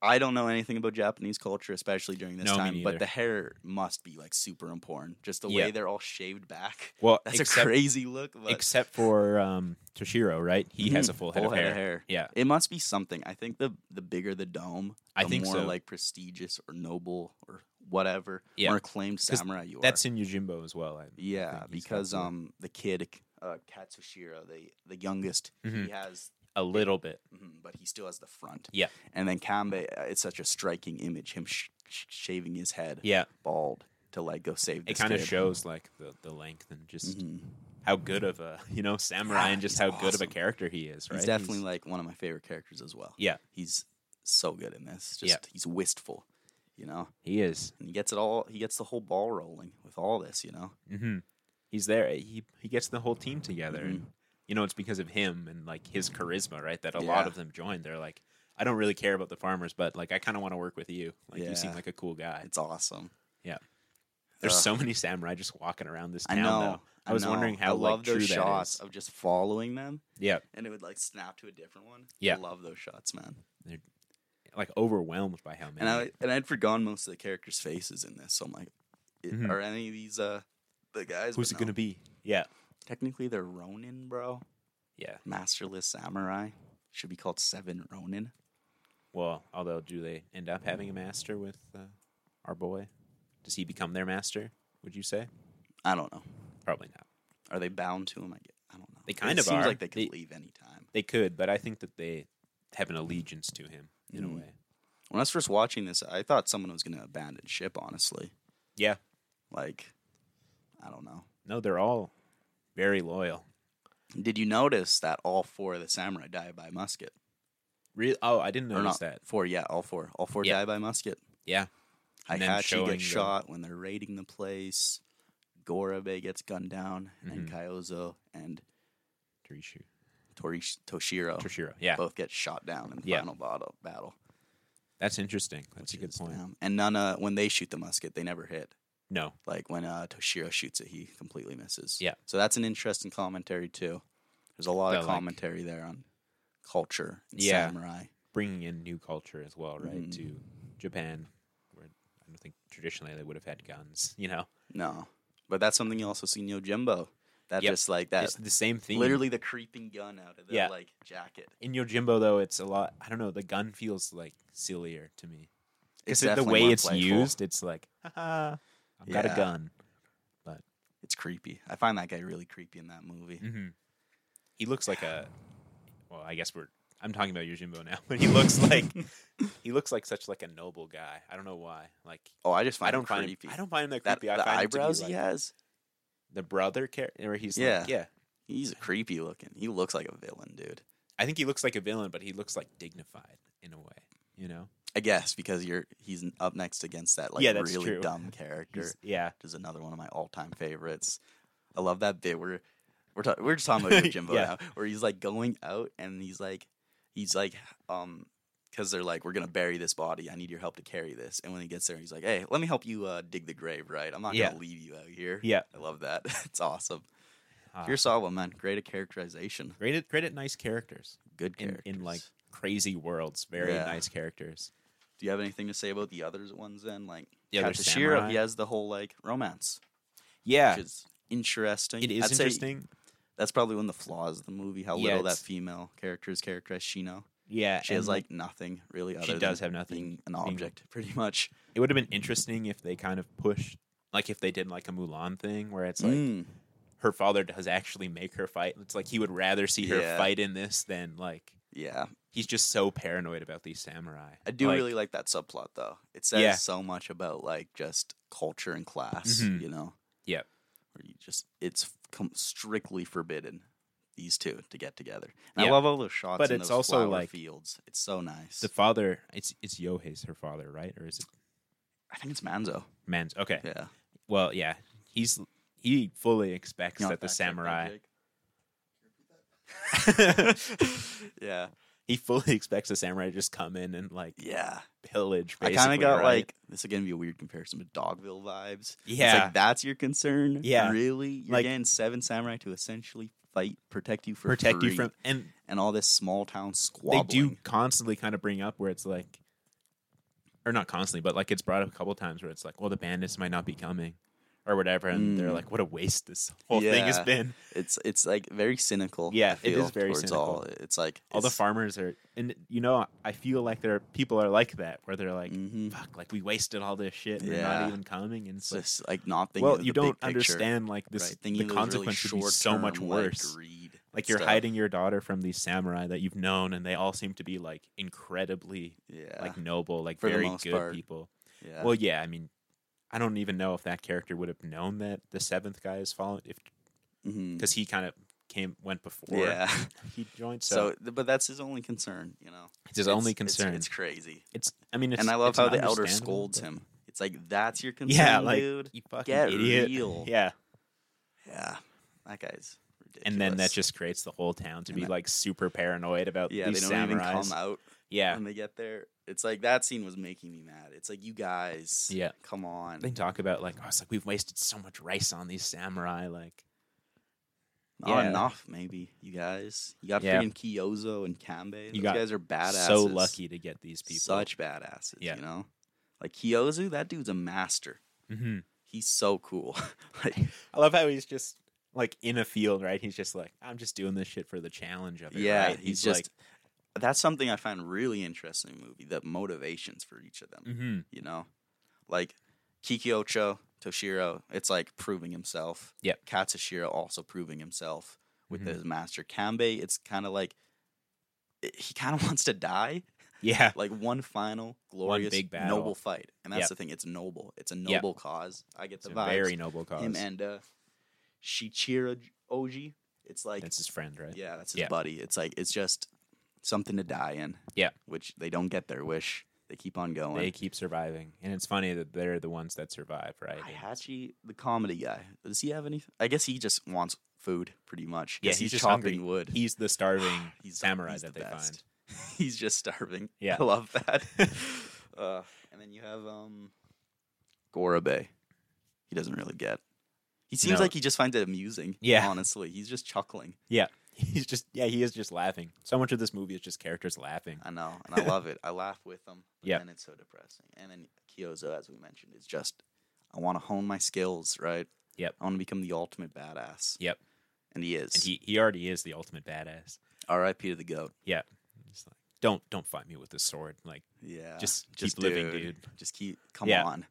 [SPEAKER 1] I don't know anything about Japanese culture, especially during this
[SPEAKER 2] No, me
[SPEAKER 1] time,
[SPEAKER 2] neither.
[SPEAKER 1] but the hair must be like super important. Just the
[SPEAKER 2] Yeah.
[SPEAKER 1] way they're all shaved back. *laughs*
[SPEAKER 2] Well,
[SPEAKER 1] That's
[SPEAKER 2] except
[SPEAKER 1] a crazy look. But
[SPEAKER 2] except for um, Toshiro, right? He has a
[SPEAKER 1] Mhm.
[SPEAKER 2] full head of hair. Yeah,
[SPEAKER 1] It must be something. I think the the bigger the dome,
[SPEAKER 2] I
[SPEAKER 1] the
[SPEAKER 2] think
[SPEAKER 1] more
[SPEAKER 2] so.
[SPEAKER 1] like prestigious or noble or whatever,
[SPEAKER 2] Yeah.
[SPEAKER 1] more acclaimed
[SPEAKER 2] 'Cause
[SPEAKER 1] samurai you are.
[SPEAKER 2] that's in Yojimbo as well. I, I
[SPEAKER 1] Yeah,
[SPEAKER 2] think he's got
[SPEAKER 1] because
[SPEAKER 2] the-
[SPEAKER 1] um the kid uh, Katsushiro, the the youngest,
[SPEAKER 2] Mhm.
[SPEAKER 1] he has,
[SPEAKER 2] a little bit.
[SPEAKER 1] mhm, but he still has the front.
[SPEAKER 2] Yeah.
[SPEAKER 1] and then Kanbei, uh, it's such a striking image, him sh- sh- shaving his head,
[SPEAKER 2] Yeah,
[SPEAKER 1] bald, to like go save.
[SPEAKER 2] it
[SPEAKER 1] This
[SPEAKER 2] kind of
[SPEAKER 1] kid.
[SPEAKER 2] shows like the the length and just
[SPEAKER 1] Mhm.
[SPEAKER 2] how good of a you know samurai
[SPEAKER 1] Yeah,
[SPEAKER 2] and just
[SPEAKER 1] Ah, he's
[SPEAKER 2] how good of a
[SPEAKER 1] awesome.
[SPEAKER 2] character he is. Right?
[SPEAKER 1] He's definitely like one of my favorite characters as well.
[SPEAKER 2] Yeah.
[SPEAKER 1] he's so good in this. Just
[SPEAKER 2] Yeah.
[SPEAKER 1] he's wistful, you know,
[SPEAKER 2] he is.
[SPEAKER 1] and he gets it all. He gets the whole ball rolling with all this, you know.
[SPEAKER 2] hmm He's there. He he gets the whole team together,
[SPEAKER 1] Mm-hmm.
[SPEAKER 2] and you know it's because of him and like his charisma, right? That a lot
[SPEAKER 1] Yeah.
[SPEAKER 2] of them joined. They're like, I don't really care about the farmers, but like I kind of want to work with you. Like you seem
[SPEAKER 1] Yeah.
[SPEAKER 2] like a cool guy.
[SPEAKER 1] It's awesome.
[SPEAKER 2] There's
[SPEAKER 1] Ugh.
[SPEAKER 2] so many samurai just walking around this
[SPEAKER 1] I
[SPEAKER 2] town.
[SPEAKER 1] know.
[SPEAKER 2] Though. I was
[SPEAKER 1] know.
[SPEAKER 2] wondering how
[SPEAKER 1] I
[SPEAKER 2] like
[SPEAKER 1] love
[SPEAKER 2] true
[SPEAKER 1] those
[SPEAKER 2] that
[SPEAKER 1] shots
[SPEAKER 2] is.
[SPEAKER 1] of just following them.
[SPEAKER 2] Yeah,
[SPEAKER 1] and it would like snap to a different one.
[SPEAKER 2] Yeah.
[SPEAKER 1] I love those shots, man.
[SPEAKER 2] like overwhelmed by how many.
[SPEAKER 1] And I and I'd forgotten most of the characters' faces in this, so I'm like, i-
[SPEAKER 2] Mhm.
[SPEAKER 1] are any of these uh the guys?
[SPEAKER 2] Who's it
[SPEAKER 1] But
[SPEAKER 2] gonna
[SPEAKER 1] no.
[SPEAKER 2] be? Yeah,
[SPEAKER 1] Technically, they're Ronin, bro.
[SPEAKER 2] yeah.
[SPEAKER 1] Masterless samurai should be called Seven Ronin.
[SPEAKER 2] Well, although do they end up having a master with uh, our boy? Does he become their master? Would you say?
[SPEAKER 1] I don't know.
[SPEAKER 2] Probably not.
[SPEAKER 1] Are they bound to him? I, gue- I don't know.
[SPEAKER 2] They kind
[SPEAKER 1] it
[SPEAKER 2] of
[SPEAKER 1] seems
[SPEAKER 2] are.
[SPEAKER 1] like they could
[SPEAKER 2] They-
[SPEAKER 1] leave any time.
[SPEAKER 2] They could, but I think that they have an allegiance to him in a
[SPEAKER 1] Mhm.
[SPEAKER 2] way.
[SPEAKER 1] When I was first watching this, I thought someone was going to abandon ship. Honestly,
[SPEAKER 2] Yeah.
[SPEAKER 1] like, I don't know.
[SPEAKER 2] No, they're all very loyal.
[SPEAKER 1] Did you notice that all four of the samurai die by musket?
[SPEAKER 2] Real. Oh, I didn't
[SPEAKER 1] or not
[SPEAKER 2] notice that.
[SPEAKER 1] four. Yeah, all four. All four
[SPEAKER 2] Yeah.
[SPEAKER 1] die by musket.
[SPEAKER 2] Yeah. And then
[SPEAKER 1] Heihachi
[SPEAKER 2] showing the-
[SPEAKER 1] gets shot when they're raiding the place. Gorabe gets gunned down, and
[SPEAKER 2] Mhm.
[SPEAKER 1] Kyozo and
[SPEAKER 2] Torishu.
[SPEAKER 1] Torish, Toshiro
[SPEAKER 2] Toshiro. Yeah,
[SPEAKER 1] both get shot down in the
[SPEAKER 2] Yeah.
[SPEAKER 1] final battle. Battle.
[SPEAKER 2] that's interesting. That's a
[SPEAKER 1] which
[SPEAKER 2] good
[SPEAKER 1] is
[SPEAKER 2] point.
[SPEAKER 1] dumb. And none. Uh, when they shoot the musket, they never hit.
[SPEAKER 2] No.
[SPEAKER 1] Like when uh, Toshiro shoots it, he completely misses.
[SPEAKER 2] Yeah.
[SPEAKER 1] So that's an interesting commentary too. There's a lot
[SPEAKER 2] The,
[SPEAKER 1] of
[SPEAKER 2] like-
[SPEAKER 1] commentary there on culture and
[SPEAKER 2] Yeah.
[SPEAKER 1] samurai.
[SPEAKER 2] bringing in new culture as well, right?
[SPEAKER 1] Mhm.
[SPEAKER 2] To Japan, where I don't think traditionally they would have had guns. *laughs* You know,
[SPEAKER 1] No, but that's something you also see in Yojimbo. That
[SPEAKER 2] Yep.
[SPEAKER 1] just like that
[SPEAKER 2] it's the same thing.
[SPEAKER 1] literally the creeping gun out of the
[SPEAKER 2] Yeah.
[SPEAKER 1] like jacket.
[SPEAKER 2] in Yojimbo though, it's a lot. I don't know. The gun feels like sillier to me.
[SPEAKER 1] It's
[SPEAKER 2] Because the
[SPEAKER 1] definitely
[SPEAKER 2] way
[SPEAKER 1] more
[SPEAKER 2] it's
[SPEAKER 1] playful.
[SPEAKER 2] used, it's like, haha, I've got a
[SPEAKER 1] Yeah.
[SPEAKER 2] gun.
[SPEAKER 1] it's creepy. I find that guy really creepy in that movie.
[SPEAKER 2] Mm-hmm. He looks like a. Well, I guess we're. I'm talking about Yojimbo now, *laughs*
[SPEAKER 1] *laughs*
[SPEAKER 2] but he looks like he looks like such like a noble guy. I don't know why. Like
[SPEAKER 1] Oh, I just find
[SPEAKER 2] I don't
[SPEAKER 1] him
[SPEAKER 2] find him.
[SPEAKER 1] creepy.
[SPEAKER 2] I don't find him that
[SPEAKER 1] that
[SPEAKER 2] creepy. I
[SPEAKER 1] the
[SPEAKER 2] find him to be,
[SPEAKER 1] eyebrows
[SPEAKER 2] like,
[SPEAKER 1] he has.
[SPEAKER 2] the brother character, where he's
[SPEAKER 1] Yeah.
[SPEAKER 2] like, yeah,
[SPEAKER 1] He's creepy looking. He looks like a villain, dude.
[SPEAKER 2] I think he looks like a villain, but he looks like dignified in a way. You know,
[SPEAKER 1] I guess because you're he's up next against that like
[SPEAKER 2] Yeah, that's
[SPEAKER 1] really
[SPEAKER 2] true.
[SPEAKER 1] dumb character,
[SPEAKER 2] He's-
[SPEAKER 1] which
[SPEAKER 2] yeah,
[SPEAKER 1] is another one of my all time favorites. I love that bit where we're ta-
[SPEAKER 2] *laughs*
[SPEAKER 1] we're just talking about Jimbo
[SPEAKER 2] Yeah.
[SPEAKER 1] now, where he's like going out and he's like he's like um because they're like, we're gonna bury this body. I need your help to carry this. And when he gets there, he's like, hey, let me help you uh, dig the grave. Right? I'm not
[SPEAKER 2] Yeah.
[SPEAKER 1] gonna leave you out here.
[SPEAKER 2] Yeah.
[SPEAKER 1] I love that. *laughs* it's awesome.
[SPEAKER 2] Ah.
[SPEAKER 1] Fierce Sawa, man, great at characterization.
[SPEAKER 2] Great at great at nice characters
[SPEAKER 1] Good
[SPEAKER 2] in,
[SPEAKER 1] characters.
[SPEAKER 2] in like crazy worlds. Very
[SPEAKER 1] Yeah.
[SPEAKER 2] nice characters.
[SPEAKER 1] do you have anything to say about the others ones? Then, like,
[SPEAKER 2] The other
[SPEAKER 1] Katsushiro,
[SPEAKER 2] samurai?
[SPEAKER 1] he has the whole like romance,
[SPEAKER 2] Yeah,
[SPEAKER 1] which is interesting.
[SPEAKER 2] it is
[SPEAKER 1] I'd say
[SPEAKER 2] interesting.
[SPEAKER 1] that's probably one of the flaws of the movie. How
[SPEAKER 2] Yeah,
[SPEAKER 1] little that
[SPEAKER 2] it's-
[SPEAKER 1] female character is characterized. Shino.
[SPEAKER 2] Yeah,
[SPEAKER 1] She has
[SPEAKER 2] and,
[SPEAKER 1] like nothing really. Other
[SPEAKER 2] she does
[SPEAKER 1] than
[SPEAKER 2] have nothing.
[SPEAKER 1] being an object, *laughs* pretty much.
[SPEAKER 2] It would have been interesting if they kind of pushed, like if they did like a Mulan thing where it's like
[SPEAKER 1] Mm.
[SPEAKER 2] her father does actually make her fight. It's like he would rather see her
[SPEAKER 1] Yeah.
[SPEAKER 2] fight in this than like
[SPEAKER 1] Yeah,
[SPEAKER 2] he's just so paranoid about these samurai.
[SPEAKER 1] I do
[SPEAKER 2] Like,
[SPEAKER 1] really like that subplot though. It says
[SPEAKER 2] Yeah.
[SPEAKER 1] so much about like just culture and class,
[SPEAKER 2] Mhm.
[SPEAKER 1] you know.
[SPEAKER 2] Yep.
[SPEAKER 1] Where you just it's f- com- strictly forbidden these two to get together. And
[SPEAKER 2] Yeah.
[SPEAKER 1] I love all those shots
[SPEAKER 2] But
[SPEAKER 1] in
[SPEAKER 2] it's
[SPEAKER 1] those
[SPEAKER 2] also,
[SPEAKER 1] flower
[SPEAKER 2] like,
[SPEAKER 1] fields. It's so nice.
[SPEAKER 2] the father. It's it's Yohei's her father, right? Or is it
[SPEAKER 1] I think it's Manzo.
[SPEAKER 2] Man's? Okay.
[SPEAKER 1] Yeah.
[SPEAKER 2] Well, yeah, he's he fully expects
[SPEAKER 1] You want
[SPEAKER 2] that the
[SPEAKER 1] back there,
[SPEAKER 2] samurai.
[SPEAKER 1] Jake? *laughs* yeah.
[SPEAKER 2] *laughs* he fully expects the samurai to just come in and like
[SPEAKER 1] Yeah.
[SPEAKER 2] pillage.
[SPEAKER 1] I
[SPEAKER 2] Basically,
[SPEAKER 1] kind of got
[SPEAKER 2] right?
[SPEAKER 1] like this is gonna be a weird comparison, but Dogville vibes.
[SPEAKER 2] yeah,
[SPEAKER 1] It's like that's your concern.
[SPEAKER 2] Yeah.
[SPEAKER 1] Really? You're
[SPEAKER 2] Like-
[SPEAKER 1] getting seven samurai to essentially fight, protect you for
[SPEAKER 2] protect you
[SPEAKER 1] free,
[SPEAKER 2] from and
[SPEAKER 1] and all this small town
[SPEAKER 2] they
[SPEAKER 1] squabbling.
[SPEAKER 2] do constantly kind of bring up where it's like or not constantly but like it's brought up a couple times where it's like well the bandits might not be coming or whatever and they're
[SPEAKER 1] Mm.
[SPEAKER 2] like what a waste this whole thing has
[SPEAKER 1] Yeah.
[SPEAKER 2] been
[SPEAKER 1] It's it's like very cynical.
[SPEAKER 2] Yeah,
[SPEAKER 1] I
[SPEAKER 2] it is
[SPEAKER 1] feel,
[SPEAKER 2] very
[SPEAKER 1] towards
[SPEAKER 2] cynical.
[SPEAKER 1] All. It's like
[SPEAKER 2] all the
[SPEAKER 1] it's-
[SPEAKER 2] farmers are and you know i feel like there are people are like that where they're like
[SPEAKER 1] Mhm.
[SPEAKER 2] fuck like we wasted all this shit and they're
[SPEAKER 1] Yeah.
[SPEAKER 2] not even coming and it's
[SPEAKER 1] It's
[SPEAKER 2] like,
[SPEAKER 1] just like not thinking.
[SPEAKER 2] well
[SPEAKER 1] of
[SPEAKER 2] you
[SPEAKER 1] the big
[SPEAKER 2] don't
[SPEAKER 1] picture,
[SPEAKER 2] understand like this
[SPEAKER 1] right?
[SPEAKER 2] the
[SPEAKER 1] Thinking of those really
[SPEAKER 2] consequence would be so much
[SPEAKER 1] short-term, like,
[SPEAKER 2] worse
[SPEAKER 1] greed
[SPEAKER 2] like
[SPEAKER 1] and
[SPEAKER 2] you're
[SPEAKER 1] stuff.
[SPEAKER 2] hiding your daughter from these samurai that you've known and they all seem to be like incredibly
[SPEAKER 1] Yeah.
[SPEAKER 2] like noble like
[SPEAKER 1] For the
[SPEAKER 2] very
[SPEAKER 1] most
[SPEAKER 2] good
[SPEAKER 1] part.
[SPEAKER 2] people
[SPEAKER 1] yeah.
[SPEAKER 2] Well, yeah, I mean, I don't even know if that character would have known that the seventh guy is following, if
[SPEAKER 1] Mhm.
[SPEAKER 2] because he kind of came went before
[SPEAKER 1] yeah. *laughs*
[SPEAKER 2] he joined, so,
[SPEAKER 1] So, th- but that's his only concern. You know,
[SPEAKER 2] it's his
[SPEAKER 1] It's-
[SPEAKER 2] only
[SPEAKER 1] it's-
[SPEAKER 2] concern.
[SPEAKER 1] It's,
[SPEAKER 2] It's,
[SPEAKER 1] crazy,
[SPEAKER 2] I mean, it's,
[SPEAKER 1] and I love
[SPEAKER 2] it's
[SPEAKER 1] how
[SPEAKER 2] an
[SPEAKER 1] the elder
[SPEAKER 2] understandable,
[SPEAKER 1] scolds
[SPEAKER 2] but-
[SPEAKER 1] him. It's like that's your concern,
[SPEAKER 2] Yeah, like
[SPEAKER 1] dude.
[SPEAKER 2] you fucking
[SPEAKER 1] Get
[SPEAKER 2] idiot.
[SPEAKER 1] real.
[SPEAKER 2] Yeah,
[SPEAKER 1] Yeah, that guy's ridiculous.
[SPEAKER 2] and then that just creates the whole town to
[SPEAKER 1] And
[SPEAKER 2] be
[SPEAKER 1] that-
[SPEAKER 2] like super paranoid about
[SPEAKER 1] yeah, they
[SPEAKER 2] these
[SPEAKER 1] don't even
[SPEAKER 2] samurais.
[SPEAKER 1] come out.
[SPEAKER 2] yeah,
[SPEAKER 1] when they get there. It's like that scene was making me mad. It's like you guys,
[SPEAKER 2] Yeah.
[SPEAKER 1] come on.
[SPEAKER 2] they talk about like, oh, it's like we've wasted so much rice on these samurai. Like,
[SPEAKER 1] Not
[SPEAKER 2] yeah.
[SPEAKER 1] enough, maybe you guys. You got
[SPEAKER 2] Yeah.
[SPEAKER 1] freaking Kyozo and Kambe. Those
[SPEAKER 2] You got
[SPEAKER 1] guys are badasses.
[SPEAKER 2] so lucky to get these people.
[SPEAKER 1] such badasses.
[SPEAKER 2] Yeah.
[SPEAKER 1] you know, like Kyozo, that dude's a master.
[SPEAKER 2] hmm
[SPEAKER 1] He's so cool. *laughs* like,
[SPEAKER 2] I love how he's just like in a field, right? He's just like, I'm just doing this shit for the challenge of it.
[SPEAKER 1] yeah,
[SPEAKER 2] right?
[SPEAKER 1] he's,
[SPEAKER 2] like,
[SPEAKER 1] just. that's something I find really interesting in the movie. The motivations for each of them.
[SPEAKER 2] Mhm.
[SPEAKER 1] you know like kikyocho toshiro it's like proving himself
[SPEAKER 2] Yep.
[SPEAKER 1] katsushiro also proving himself with
[SPEAKER 2] Mhm.
[SPEAKER 1] his master kanbei it's kind of like i- he kind of *laughs* wants to die
[SPEAKER 2] yeah,
[SPEAKER 1] like one final glorious
[SPEAKER 2] big battle.
[SPEAKER 1] noble fight and that's
[SPEAKER 2] Yep.
[SPEAKER 1] the thing it's noble it's a
[SPEAKER 2] Yep.
[SPEAKER 1] noble cause i get
[SPEAKER 2] it's
[SPEAKER 1] the
[SPEAKER 2] a
[SPEAKER 1] vibes
[SPEAKER 2] very noble cause.
[SPEAKER 1] him and uh shichiro oji it's like
[SPEAKER 2] That's his friend, right?
[SPEAKER 1] yeah that's his
[SPEAKER 2] Yeah.
[SPEAKER 1] buddy it's like it's just something to die in
[SPEAKER 2] Yeah.
[SPEAKER 1] which they don't get their wish they keep on going
[SPEAKER 2] They keep surviving, and it's funny that they're the ones that survive, right? And-
[SPEAKER 1] Hihachi, the comedy guy. Does he have any? I guess he just wants food, pretty much. 'cause
[SPEAKER 2] Yeah, he's,
[SPEAKER 1] he's,
[SPEAKER 2] just
[SPEAKER 1] chopping
[SPEAKER 2] hungry.
[SPEAKER 1] wood.
[SPEAKER 2] He's the starving
[SPEAKER 1] *sighs* He's-
[SPEAKER 2] samurai
[SPEAKER 1] he's
[SPEAKER 2] that
[SPEAKER 1] the
[SPEAKER 2] they find. *laughs*
[SPEAKER 1] best. *laughs* he's just starving.
[SPEAKER 2] Yeah.
[SPEAKER 1] I love
[SPEAKER 2] *laughs*
[SPEAKER 1] that. *laughs* uh, and then you have um, Gorobei. He doesn't really get. He seems
[SPEAKER 2] No.
[SPEAKER 1] like he just finds it amusing.
[SPEAKER 2] Yeah.
[SPEAKER 1] honestly, he's just chuckling.
[SPEAKER 2] Yeah, he's just yeah, he is just laughing. So much of this movie is just characters laughing.
[SPEAKER 1] I know, and I love it. I laugh with them. But
[SPEAKER 2] Yeah.
[SPEAKER 1] then it's so depressing. And then Kyozo, as we mentioned, is just I want to hone my skills, right?
[SPEAKER 2] Yep.
[SPEAKER 1] I want to become the ultimate badass.
[SPEAKER 2] Yep.
[SPEAKER 1] And he is.
[SPEAKER 2] And he he already is the ultimate badass.
[SPEAKER 1] R.I.P. to the goat.
[SPEAKER 2] Yeah, He's like, don't don't fight me with this sword. Like,
[SPEAKER 1] Yeah.
[SPEAKER 2] just keep living, dude.
[SPEAKER 1] Just keep. Come
[SPEAKER 2] Yeah. *laughs*
[SPEAKER 1] on.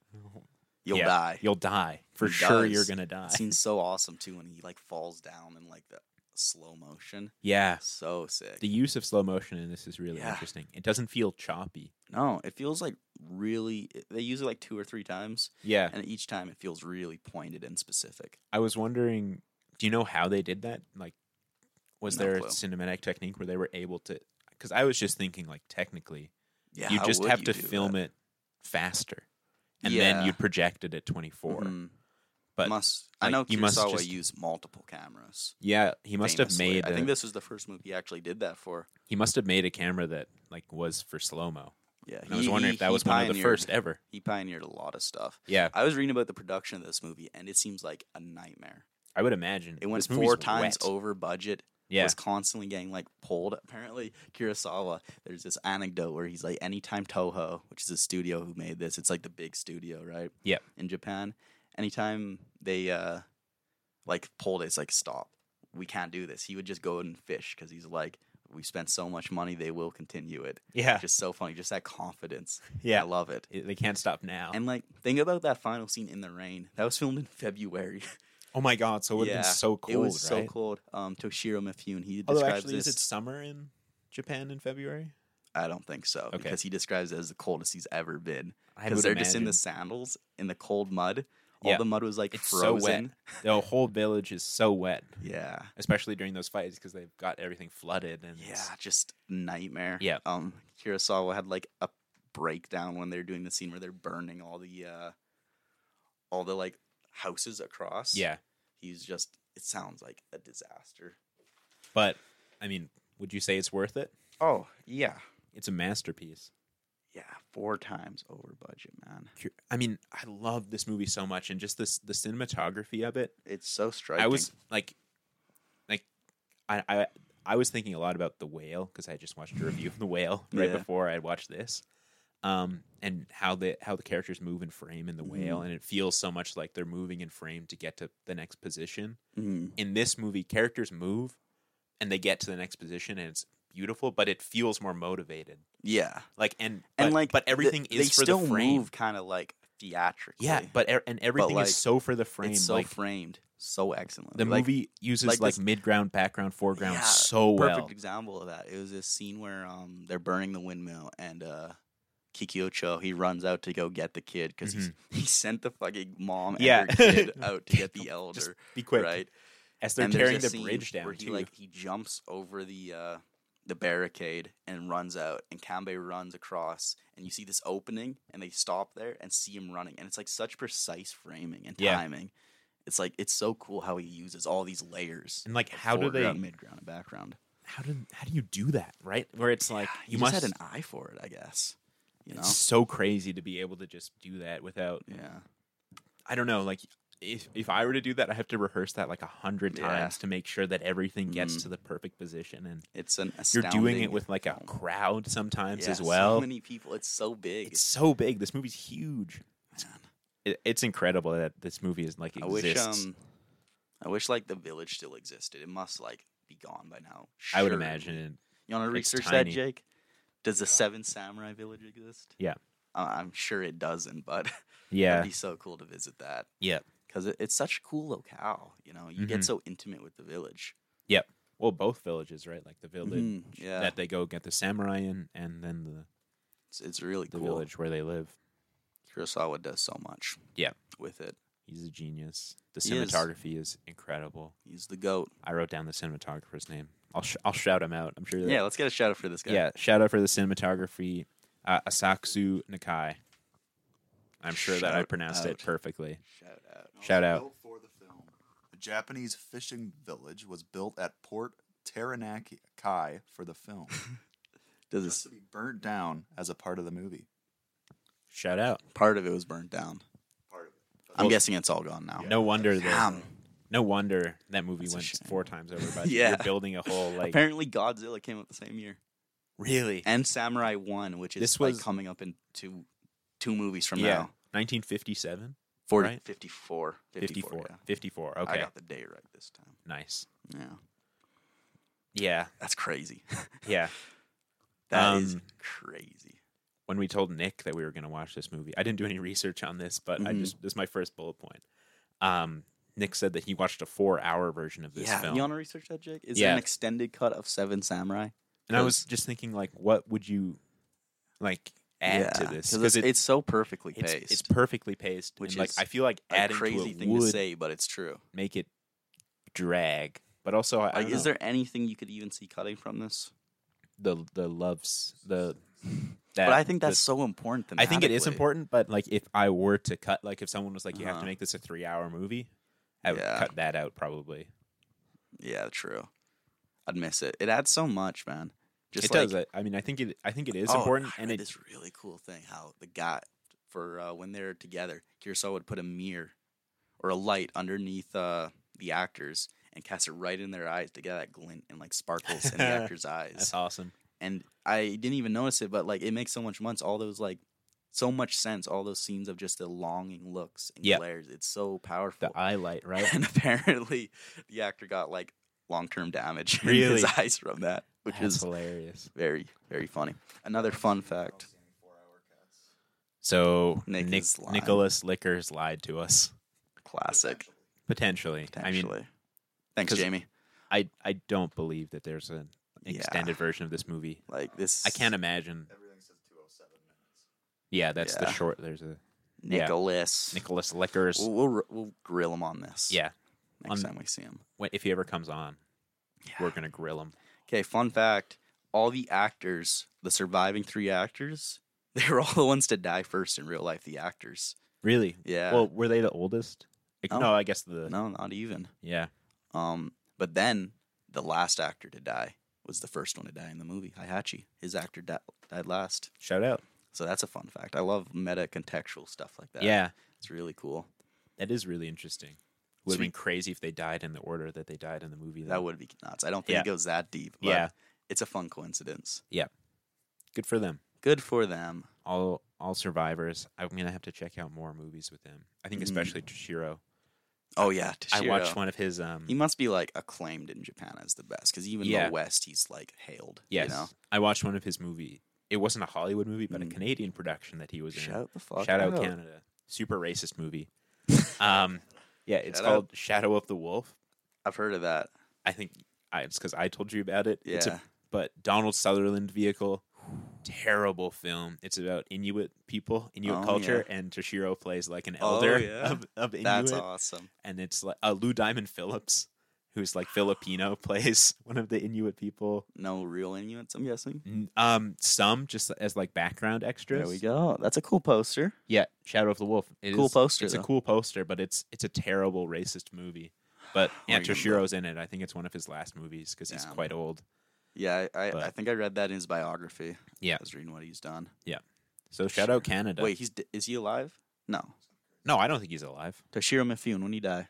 [SPEAKER 1] You'll
[SPEAKER 2] Yeah.
[SPEAKER 1] die.
[SPEAKER 2] You'll die for
[SPEAKER 1] He
[SPEAKER 2] sure.
[SPEAKER 1] does.
[SPEAKER 2] You're gonna die.
[SPEAKER 1] It seems so awesome too when he like falls down in like the slow motion.
[SPEAKER 2] Yeah.
[SPEAKER 1] So sick.
[SPEAKER 2] The use of slow motion in this is really
[SPEAKER 1] Yeah.
[SPEAKER 2] interesting. It doesn't feel choppy.
[SPEAKER 1] no, it feels like really. They use it like two or three times,
[SPEAKER 2] Yeah.
[SPEAKER 1] and each time it feels really pointed and specific.
[SPEAKER 2] I was wondering, do you know how they did that? Like, was
[SPEAKER 1] No
[SPEAKER 2] there
[SPEAKER 1] clue.
[SPEAKER 2] a cinematic technique where they were able to? Because I was just thinking, like, technically,
[SPEAKER 1] Yeah.
[SPEAKER 2] you
[SPEAKER 1] how
[SPEAKER 2] just
[SPEAKER 1] would
[SPEAKER 2] have
[SPEAKER 1] you
[SPEAKER 2] to
[SPEAKER 1] do
[SPEAKER 2] film
[SPEAKER 1] that?
[SPEAKER 2] it faster, and
[SPEAKER 1] Yeah.
[SPEAKER 2] then you'd project it at 24.
[SPEAKER 1] Mhm.
[SPEAKER 2] But
[SPEAKER 1] must I
[SPEAKER 2] like,
[SPEAKER 1] know
[SPEAKER 2] you must
[SPEAKER 1] Kurosawa
[SPEAKER 2] just-
[SPEAKER 1] used multiple cameras.
[SPEAKER 2] yeah, he must have
[SPEAKER 1] famously.
[SPEAKER 2] made.
[SPEAKER 1] I think
[SPEAKER 2] a-
[SPEAKER 1] this was the first movie he actually did that for.
[SPEAKER 2] he must have made a camera that like was for slow mo.
[SPEAKER 1] Yeah,
[SPEAKER 2] And I was wondering if that
[SPEAKER 1] he
[SPEAKER 2] was one of the
[SPEAKER 1] pioneered-
[SPEAKER 2] first ever.
[SPEAKER 1] He pioneered a lot of stuff.
[SPEAKER 2] Yeah,
[SPEAKER 1] I was reading about the production of this movie, and it seems like a nightmare.
[SPEAKER 2] I would imagine
[SPEAKER 1] It went
[SPEAKER 2] This movie's
[SPEAKER 1] four times
[SPEAKER 2] wet.
[SPEAKER 1] over budget.
[SPEAKER 2] Yeah,
[SPEAKER 1] was constantly getting like pulled. Apparently, Kurosawa, there's this anecdote where he's like, anytime Toho, which is the studio who made this, it's like the big studio, right?
[SPEAKER 2] Yep.
[SPEAKER 1] In Japan, anytime they uh like pulled it, it's like stop, we can't do this. He would just go and fish because he's like, we spent so much money, they will continue it.
[SPEAKER 2] yeah,
[SPEAKER 1] Just so funny, just that confidence. I
[SPEAKER 2] yeah. Uh.
[SPEAKER 1] love it.
[SPEAKER 2] It- they can't stop now.
[SPEAKER 1] And like, think about that final scene in the rain. That was filmed in February.
[SPEAKER 2] oh my god, so it would have
[SPEAKER 1] Yeah,
[SPEAKER 2] been so cold,
[SPEAKER 1] it was
[SPEAKER 2] right?
[SPEAKER 1] so cold. Um, Toshiro Mifune, he
[SPEAKER 2] Although
[SPEAKER 1] describes
[SPEAKER 2] actually,
[SPEAKER 1] this.
[SPEAKER 2] is it summer in Japan in February?
[SPEAKER 1] I don't think so
[SPEAKER 2] Okay.
[SPEAKER 1] because he describes it as the coldest he's ever been
[SPEAKER 2] I
[SPEAKER 1] because
[SPEAKER 2] would
[SPEAKER 1] they're just in the
[SPEAKER 2] imagine.
[SPEAKER 1] sandals in the cold mud. All
[SPEAKER 2] Yeah.
[SPEAKER 1] the mud was like
[SPEAKER 2] It's so wet.
[SPEAKER 1] frozen.
[SPEAKER 2] the whole village is so wet,
[SPEAKER 1] Yeah,
[SPEAKER 2] especially during those fights because they've got everything flooded and
[SPEAKER 1] yeah,
[SPEAKER 2] it's-
[SPEAKER 1] just nightmare.
[SPEAKER 2] Yeah.
[SPEAKER 1] Um, Kurosawa had like a breakdown when they're doing the scene where they're burning all the uh, all the like houses across.
[SPEAKER 2] yeah.
[SPEAKER 1] he's just. It sounds like a disaster.
[SPEAKER 2] But I mean, would you say it's worth it?
[SPEAKER 1] Oh yeah,
[SPEAKER 2] It's a masterpiece.
[SPEAKER 1] yeah, four times over budget, man.
[SPEAKER 2] Cur- I mean, I love this movie so much, and just this the cinematography of it.
[SPEAKER 1] It's so striking.
[SPEAKER 2] I was like, like, I I I was thinking a lot about the whale because I just watched a review of the whale *laughs* right
[SPEAKER 1] Yeah.
[SPEAKER 2] before I watched this, um, and how the how the characters move in frame in the whale,
[SPEAKER 1] Mm-hmm.
[SPEAKER 2] and it feels so much like they're moving in frame to get to the next position.
[SPEAKER 1] Mhm.
[SPEAKER 2] In this movie, characters move, and they get to the next position, and it's beautiful, but it feels more motivated.
[SPEAKER 1] yeah.
[SPEAKER 2] Like and
[SPEAKER 1] and
[SPEAKER 2] but-
[SPEAKER 1] like
[SPEAKER 2] but
[SPEAKER 1] the-
[SPEAKER 2] everything is
[SPEAKER 1] they
[SPEAKER 2] for
[SPEAKER 1] still
[SPEAKER 2] the frame.
[SPEAKER 1] move kind of like theatrically.
[SPEAKER 2] Yeah, but er- and everything
[SPEAKER 1] like,
[SPEAKER 2] is so for the frame.
[SPEAKER 1] it's so
[SPEAKER 2] like
[SPEAKER 1] framed so excellently.
[SPEAKER 2] the
[SPEAKER 1] Like,
[SPEAKER 2] movie uses
[SPEAKER 1] like
[SPEAKER 2] like,
[SPEAKER 1] this-
[SPEAKER 2] mid ground, background, foreground
[SPEAKER 1] Yeah,
[SPEAKER 2] so
[SPEAKER 1] perfect
[SPEAKER 2] well.
[SPEAKER 1] example of that. It was this scene where um they're burning the windmill and uh Kikiocho he runs out to go get the kid because he's *laughs* he sent the fucking mom
[SPEAKER 2] Mm-hmm. Yeah.
[SPEAKER 1] and her
[SPEAKER 2] *laughs*
[SPEAKER 1] kid out to get the elder
[SPEAKER 2] Just be quick
[SPEAKER 1] right.
[SPEAKER 2] as they're
[SPEAKER 1] And there's
[SPEAKER 2] tearing
[SPEAKER 1] a
[SPEAKER 2] the
[SPEAKER 1] scene
[SPEAKER 2] bridge down
[SPEAKER 1] where
[SPEAKER 2] too.
[SPEAKER 1] he like he jumps over the uh the barricade and runs out and Kambe runs across and you see this opening and they stop there and see him running and it's like such precise framing and
[SPEAKER 2] Yeah.
[SPEAKER 1] timing. It's like it's so cool how he uses all these layers.
[SPEAKER 2] and like, how do they?
[SPEAKER 1] foreground, midground and background?
[SPEAKER 2] How do how do you do that? Right, where it's like
[SPEAKER 1] He
[SPEAKER 2] you
[SPEAKER 1] just had
[SPEAKER 2] must.
[SPEAKER 1] an eye for it, I guess. You know?
[SPEAKER 2] It's so crazy to be able to just do that without.
[SPEAKER 1] Yeah.
[SPEAKER 2] I don't know. Like if if I were to do that, I have to rehearse that like a hundred
[SPEAKER 1] Yeah.
[SPEAKER 2] times to make sure that everything gets
[SPEAKER 1] Mhm.
[SPEAKER 2] to the perfect position. And
[SPEAKER 1] It's an
[SPEAKER 2] you're
[SPEAKER 1] astounding
[SPEAKER 2] doing it with like a
[SPEAKER 1] film.
[SPEAKER 2] crowd sometimes
[SPEAKER 1] Yeah,
[SPEAKER 2] as well.
[SPEAKER 1] So many people. It's so big.
[SPEAKER 2] it's so big. This movie's huge.
[SPEAKER 1] man.
[SPEAKER 2] it, it's incredible that this movie is like
[SPEAKER 1] I
[SPEAKER 2] exists.
[SPEAKER 1] wish um I wish like the village still existed. It must like be gone by now.
[SPEAKER 2] I would
[SPEAKER 1] surely.
[SPEAKER 2] imagine.
[SPEAKER 1] You want to
[SPEAKER 2] it's
[SPEAKER 1] research that,
[SPEAKER 2] tiny.
[SPEAKER 1] Jake? Does the Seven Samurai Village exist?
[SPEAKER 2] Yeah.
[SPEAKER 1] Uh, I'm sure it doesn't, but *laughs*
[SPEAKER 2] Yeah,
[SPEAKER 1] it'd be so cool to visit that.
[SPEAKER 2] yeah.
[SPEAKER 1] Because it, it's such a cool locale. You know, you get
[SPEAKER 2] Mhm.
[SPEAKER 1] so intimate with the village.
[SPEAKER 2] Well, both villages, right? Like the village
[SPEAKER 1] Mhm, yeah.
[SPEAKER 2] that they go get the samurai in, and then the,
[SPEAKER 1] It's, it's really
[SPEAKER 2] the
[SPEAKER 1] cool.
[SPEAKER 2] village where they live.
[SPEAKER 1] Kurosawa does so much.
[SPEAKER 2] Yeah.
[SPEAKER 1] With it.
[SPEAKER 2] He's a genius. The
[SPEAKER 1] He is.
[SPEAKER 2] cinematography is. incredible.
[SPEAKER 1] He's the goat.
[SPEAKER 2] I wrote down the cinematographer's name. I'll sh- I'll shout him out. I'm sure. That,
[SPEAKER 1] Yeah, let's get a shout out for this guy.
[SPEAKER 2] yeah. Shout out for the cinematography, uh, Asaksu Nakai. I'm sure that I
[SPEAKER 1] Shout
[SPEAKER 2] pronounced
[SPEAKER 1] out.
[SPEAKER 2] it perfectly.
[SPEAKER 1] Shout out.
[SPEAKER 2] Shout out.
[SPEAKER 3] Built for the film. The Japanese fishing village was built at Port Taranaki Kai for
[SPEAKER 1] *laughs*
[SPEAKER 3] the film,
[SPEAKER 1] Does
[SPEAKER 3] just
[SPEAKER 1] this
[SPEAKER 3] to be burnt down as a part of the movie.
[SPEAKER 2] Shout out.
[SPEAKER 1] part of it was burned down?
[SPEAKER 3] Part of it.
[SPEAKER 1] I'm guessing it's all gone now.
[SPEAKER 2] No wonder that.
[SPEAKER 1] Damn.
[SPEAKER 2] No wonder that movie
[SPEAKER 1] That's a
[SPEAKER 2] went
[SPEAKER 1] shame.
[SPEAKER 2] four
[SPEAKER 1] *laughs*
[SPEAKER 2] times over budget.
[SPEAKER 1] Yeah.
[SPEAKER 2] You're building a whole like
[SPEAKER 1] Apparently, Godzilla came out the same year,
[SPEAKER 2] really
[SPEAKER 1] and Samurai One, which is
[SPEAKER 2] This
[SPEAKER 1] like
[SPEAKER 2] was-
[SPEAKER 1] coming up in two two movies from
[SPEAKER 2] Yeah.
[SPEAKER 1] now.
[SPEAKER 2] 1957?
[SPEAKER 1] 40,
[SPEAKER 2] Right?
[SPEAKER 1] 54, 54,
[SPEAKER 2] 54. 54.
[SPEAKER 1] yeah.
[SPEAKER 2] Okay.
[SPEAKER 1] I got the date right this time.
[SPEAKER 2] Nice.
[SPEAKER 1] Yeah,
[SPEAKER 2] Yeah.
[SPEAKER 1] that's crazy. *laughs*
[SPEAKER 2] Yeah.
[SPEAKER 1] That is
[SPEAKER 2] Um,
[SPEAKER 1] crazy.
[SPEAKER 2] When we told Nick that we were going to watch this movie, I didn't do any *laughs* research on this, but I
[SPEAKER 1] Mhm.
[SPEAKER 2] just, this is my first bullet point. Um, Nick said that he watched a four hour version of this
[SPEAKER 1] Yeah,
[SPEAKER 2] film.
[SPEAKER 1] you want to research that, Jake? Is there
[SPEAKER 2] Yeah.
[SPEAKER 1] an extended cut of Seven Samurai?
[SPEAKER 2] and I was just thinking, like, what would you like add to this?
[SPEAKER 1] because it's,
[SPEAKER 2] it-
[SPEAKER 1] it's so perfectly
[SPEAKER 2] it's,
[SPEAKER 1] paced.
[SPEAKER 2] it's perfectly paced.
[SPEAKER 1] Which
[SPEAKER 2] and, like,
[SPEAKER 1] is
[SPEAKER 2] I feel like
[SPEAKER 1] a
[SPEAKER 2] adding to
[SPEAKER 1] crazy
[SPEAKER 2] it
[SPEAKER 1] thing
[SPEAKER 2] would
[SPEAKER 1] to say, but it's true.
[SPEAKER 2] make it drag. But also, I, I
[SPEAKER 1] Like,
[SPEAKER 2] don't
[SPEAKER 1] is
[SPEAKER 2] know,
[SPEAKER 1] there anything you could even see cutting from this?
[SPEAKER 2] the the loves the that
[SPEAKER 1] but I think
[SPEAKER 2] the-
[SPEAKER 1] that's so important.
[SPEAKER 2] I think it is
[SPEAKER 1] thematically.
[SPEAKER 2] important, but like if I were to cut, like if someone was like, "You have
[SPEAKER 1] Uh-huh.
[SPEAKER 2] to make this a three-hour movie," I would
[SPEAKER 1] Yeah.
[SPEAKER 2] cut that out probably.
[SPEAKER 1] Yeah, true. I'd miss it. It adds so much, man. Just
[SPEAKER 2] it
[SPEAKER 1] like,
[SPEAKER 2] does. I, I mean, I think it. I think it is
[SPEAKER 1] Oh,
[SPEAKER 2] important,
[SPEAKER 1] I
[SPEAKER 2] and
[SPEAKER 1] read
[SPEAKER 2] it.
[SPEAKER 1] this really cool thing how the guy for uh, when they're together, Kurosawa would put a mirror or a light underneath uh, the actors and cast it right in their eyes to get that glint and like sparkles
[SPEAKER 2] *laughs*
[SPEAKER 1] in the actors' eyes.
[SPEAKER 2] That's awesome.
[SPEAKER 1] And I didn't even notice it, but like it makes so much months. All those like so much sense. All those scenes of just the longing looks and
[SPEAKER 2] Yeah.
[SPEAKER 1] glares. It's so powerful.
[SPEAKER 2] The eye light, right?
[SPEAKER 1] *laughs* And apparently, the actor got like long term damage in
[SPEAKER 2] Really?
[SPEAKER 1] his eyes from that, which
[SPEAKER 2] That's
[SPEAKER 1] is
[SPEAKER 2] hilarious.
[SPEAKER 1] very very funny. Another fun fact.
[SPEAKER 2] So
[SPEAKER 1] Nick
[SPEAKER 2] Nick
[SPEAKER 1] is lying.
[SPEAKER 2] Nicholas Lickers lied to us
[SPEAKER 1] Classic.
[SPEAKER 2] potentially.
[SPEAKER 1] Potentially.
[SPEAKER 2] I mean,
[SPEAKER 1] Thanks,
[SPEAKER 2] 'cause-
[SPEAKER 1] Jamie.
[SPEAKER 2] I I don't believe that there's an
[SPEAKER 1] Yeah.
[SPEAKER 2] extended version of this movie.
[SPEAKER 1] Like this.
[SPEAKER 2] I can't imagine.
[SPEAKER 3] Everything says 207 minutes.
[SPEAKER 2] Yeah, that's the
[SPEAKER 1] Yeah.
[SPEAKER 2] short. There's a yeah.
[SPEAKER 1] Nicholas.
[SPEAKER 2] Nicholas Lickers.
[SPEAKER 1] We'll, we'll we'll grill him on this.
[SPEAKER 2] Yeah,
[SPEAKER 1] Next
[SPEAKER 2] on-
[SPEAKER 1] time we see him.
[SPEAKER 2] when, if he ever comes on, we're gonna grill him.
[SPEAKER 1] Okay. Fun fact: all the actors, the surviving three actors, *laughs* they were all the ones to die first in real life. The actors.
[SPEAKER 2] Really?
[SPEAKER 1] Yeah.
[SPEAKER 2] Well, were they the oldest? Like,
[SPEAKER 1] No.
[SPEAKER 2] no. I guess the
[SPEAKER 1] no, not even.
[SPEAKER 2] yeah.
[SPEAKER 1] Um, but then the last actor to die was the first one to die in the movie. Hihachi, his actor di- died last.
[SPEAKER 2] Shout out.
[SPEAKER 1] So that's a fun fact. I love meta contextual stuff like that.
[SPEAKER 2] Yeah,
[SPEAKER 1] it's really cool.
[SPEAKER 2] that is really interesting. Would have
[SPEAKER 1] Sweet.
[SPEAKER 2] been crazy if they died in the order that they died in the movie. though.
[SPEAKER 1] That would be nuts. I don't think
[SPEAKER 2] Yeah.
[SPEAKER 1] it goes that deep. But
[SPEAKER 2] Yeah,
[SPEAKER 1] it's a fun coincidence.
[SPEAKER 2] good for them.
[SPEAKER 1] Good for them.
[SPEAKER 2] all all survivors. I'm gonna have to check out more movies with him. I think
[SPEAKER 1] Mhm.
[SPEAKER 2] especially Toshiro.
[SPEAKER 1] Oh yeah,
[SPEAKER 2] I watched
[SPEAKER 1] Toshiro.
[SPEAKER 2] one of his. Um,
[SPEAKER 1] He must be like acclaimed in Japan as the best because even
[SPEAKER 2] Yeah.
[SPEAKER 1] the West, he's like hailed.
[SPEAKER 2] yes,
[SPEAKER 1] you know?
[SPEAKER 2] I watched one of his movie. It wasn't a Hollywood movie, but a
[SPEAKER 1] Mm.
[SPEAKER 2] Canadian production that he was in.
[SPEAKER 1] shout the fuck
[SPEAKER 2] Shout out
[SPEAKER 1] out
[SPEAKER 2] Canada, super
[SPEAKER 1] *laughs*
[SPEAKER 2] racist movie. um, yeah, it's
[SPEAKER 1] Shout out.
[SPEAKER 2] called Shadow of the Wolf.
[SPEAKER 1] I've heard of that.
[SPEAKER 2] I think I, it's because I told you about it.
[SPEAKER 1] Yeah,
[SPEAKER 2] It's a, but Donald Sutherland vehicle. Terrible film. It's about Inuit people, Inuit
[SPEAKER 1] Oh,
[SPEAKER 2] culture, and Toshiro plays like an
[SPEAKER 1] Oh,
[SPEAKER 2] elder
[SPEAKER 1] yeah.
[SPEAKER 2] of, of Inuit.
[SPEAKER 1] that's awesome.
[SPEAKER 2] and it's like uh, Lou Diamond Phillips, who's like Filipino, *laughs* plays one of the Inuit people.
[SPEAKER 1] No real Inuits, I'm guessing.
[SPEAKER 2] N- Um, some just as like background extras.
[SPEAKER 1] There we go. That's a cool poster.
[SPEAKER 2] Yeah, Shadow of the Wolf. It
[SPEAKER 1] Cool
[SPEAKER 2] is-
[SPEAKER 1] poster,
[SPEAKER 2] It's
[SPEAKER 1] though.
[SPEAKER 2] a cool poster, but it's it's a terrible racist movie. But yeah,
[SPEAKER 1] Remember.
[SPEAKER 2] Toshiro's in it. I think it's one of his last movies because he's
[SPEAKER 1] Damn.
[SPEAKER 2] quite old.
[SPEAKER 1] Yeah, I, I, I
[SPEAKER 2] But-
[SPEAKER 1] think I read that in his biography.
[SPEAKER 2] Yeah.
[SPEAKER 1] I was reading what he's done.
[SPEAKER 2] So shout out Canada.
[SPEAKER 1] Wait, he's d- is he alive? No,
[SPEAKER 2] no, I don't think he's alive.
[SPEAKER 1] Toshiro Mifune. When he die,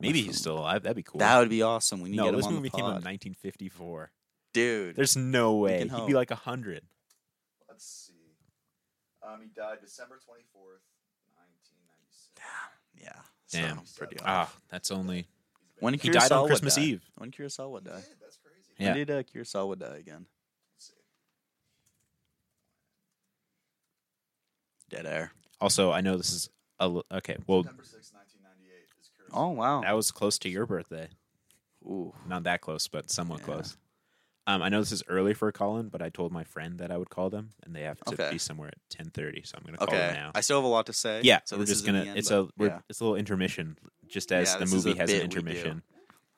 [SPEAKER 2] Maybe he's still alive. That'd be cool.
[SPEAKER 1] that would be awesome. We need to
[SPEAKER 2] no,
[SPEAKER 1] get
[SPEAKER 2] this
[SPEAKER 1] him on
[SPEAKER 2] movie
[SPEAKER 1] the
[SPEAKER 2] came out in
[SPEAKER 1] pod,
[SPEAKER 2] 1954.
[SPEAKER 1] dude.
[SPEAKER 2] There's no way
[SPEAKER 1] can
[SPEAKER 2] he'd
[SPEAKER 1] hope.
[SPEAKER 2] be like hundred.
[SPEAKER 3] Let's see. Um, he died December 24th, 1996.
[SPEAKER 1] Yeah, so
[SPEAKER 2] Damn,
[SPEAKER 1] pretty awesome.
[SPEAKER 2] Ah, that's only
[SPEAKER 1] When
[SPEAKER 2] he died
[SPEAKER 1] Kurosawa
[SPEAKER 2] on Christmas
[SPEAKER 1] died.
[SPEAKER 2] Eve.
[SPEAKER 1] When Kurosawa died.
[SPEAKER 3] that's crazy.
[SPEAKER 2] Yeah.
[SPEAKER 1] When did uh, Kurosawa die again?
[SPEAKER 3] Let's see.
[SPEAKER 1] Dead air.
[SPEAKER 2] Also, I know this is a l- okay. Well,
[SPEAKER 3] September 6th, 1998 is Kurosawa.
[SPEAKER 1] Oh wow.
[SPEAKER 2] that was close to your birthday.
[SPEAKER 1] Ooh.
[SPEAKER 2] Not that close, but somewhat
[SPEAKER 1] Yeah.
[SPEAKER 2] close. Um, I know this is early for Colin, but I told my friend that I would call them, and they have to
[SPEAKER 1] Okay.
[SPEAKER 2] be somewhere at ten thirty. So I'm going to call them
[SPEAKER 1] Okay.
[SPEAKER 2] now.
[SPEAKER 1] I still have a lot to say.
[SPEAKER 2] yeah,
[SPEAKER 1] So
[SPEAKER 2] so we're
[SPEAKER 1] this
[SPEAKER 2] just
[SPEAKER 1] isn't the
[SPEAKER 2] gonna.
[SPEAKER 1] end,
[SPEAKER 2] it's
[SPEAKER 1] but-
[SPEAKER 2] a we're,
[SPEAKER 1] yeah.
[SPEAKER 2] it's a little intermission, just as
[SPEAKER 1] Yeah,
[SPEAKER 2] the
[SPEAKER 1] this is
[SPEAKER 2] movie
[SPEAKER 1] a
[SPEAKER 2] has an
[SPEAKER 1] bit we do.
[SPEAKER 2] intermission.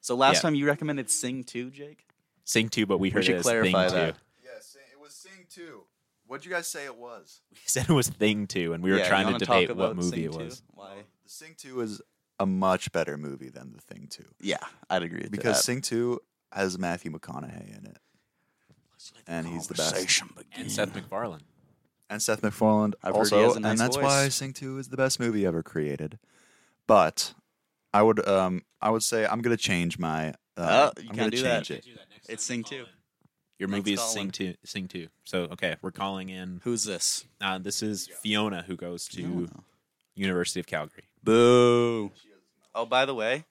[SPEAKER 1] So last
[SPEAKER 2] yeah.
[SPEAKER 1] time you recommended Sing Two, Jake.
[SPEAKER 2] Sing two, but we heard
[SPEAKER 1] should
[SPEAKER 2] it as
[SPEAKER 1] clarify
[SPEAKER 2] thing
[SPEAKER 1] that.
[SPEAKER 2] two.
[SPEAKER 3] Yeah, sing, it was Sing 2. What'd you guys say it was?
[SPEAKER 2] *laughs* We said it was thing two, and we were
[SPEAKER 1] Yeah, you
[SPEAKER 2] trying to
[SPEAKER 1] wanna talk
[SPEAKER 2] debate what
[SPEAKER 1] about
[SPEAKER 2] movie
[SPEAKER 1] Sing
[SPEAKER 2] it
[SPEAKER 1] 2?
[SPEAKER 2] was.
[SPEAKER 1] Why?
[SPEAKER 3] The Sing 2 is a much better movie than The Thing 2.
[SPEAKER 1] Yeah, I'd agree with
[SPEAKER 3] Because
[SPEAKER 1] that.
[SPEAKER 3] Sing 2 has Matthew McConaughey in it. and he's the best.
[SPEAKER 1] Conversation
[SPEAKER 2] And
[SPEAKER 1] begin.
[SPEAKER 2] Seth MacFarlane.
[SPEAKER 3] And Seth MacFarlane
[SPEAKER 1] I've heard he
[SPEAKER 3] also.
[SPEAKER 1] has a nice
[SPEAKER 3] and that's why
[SPEAKER 1] voice.
[SPEAKER 3] Sing 2 is the best movie ever created. But I would um I would say I'm gonna change my uh,
[SPEAKER 1] Oh, you
[SPEAKER 3] I'm
[SPEAKER 1] can't
[SPEAKER 3] gonna
[SPEAKER 1] do that.
[SPEAKER 3] change it.
[SPEAKER 1] It's Sing Two.
[SPEAKER 2] Your
[SPEAKER 1] Next
[SPEAKER 2] movie is
[SPEAKER 1] Colin.
[SPEAKER 2] Sing Two. Sing Two. So okay, we're calling in.
[SPEAKER 1] Who's this?
[SPEAKER 2] Uh, this is Fiona who goes to
[SPEAKER 1] No.
[SPEAKER 2] University of Calgary.
[SPEAKER 1] Boo. Oh, by the way,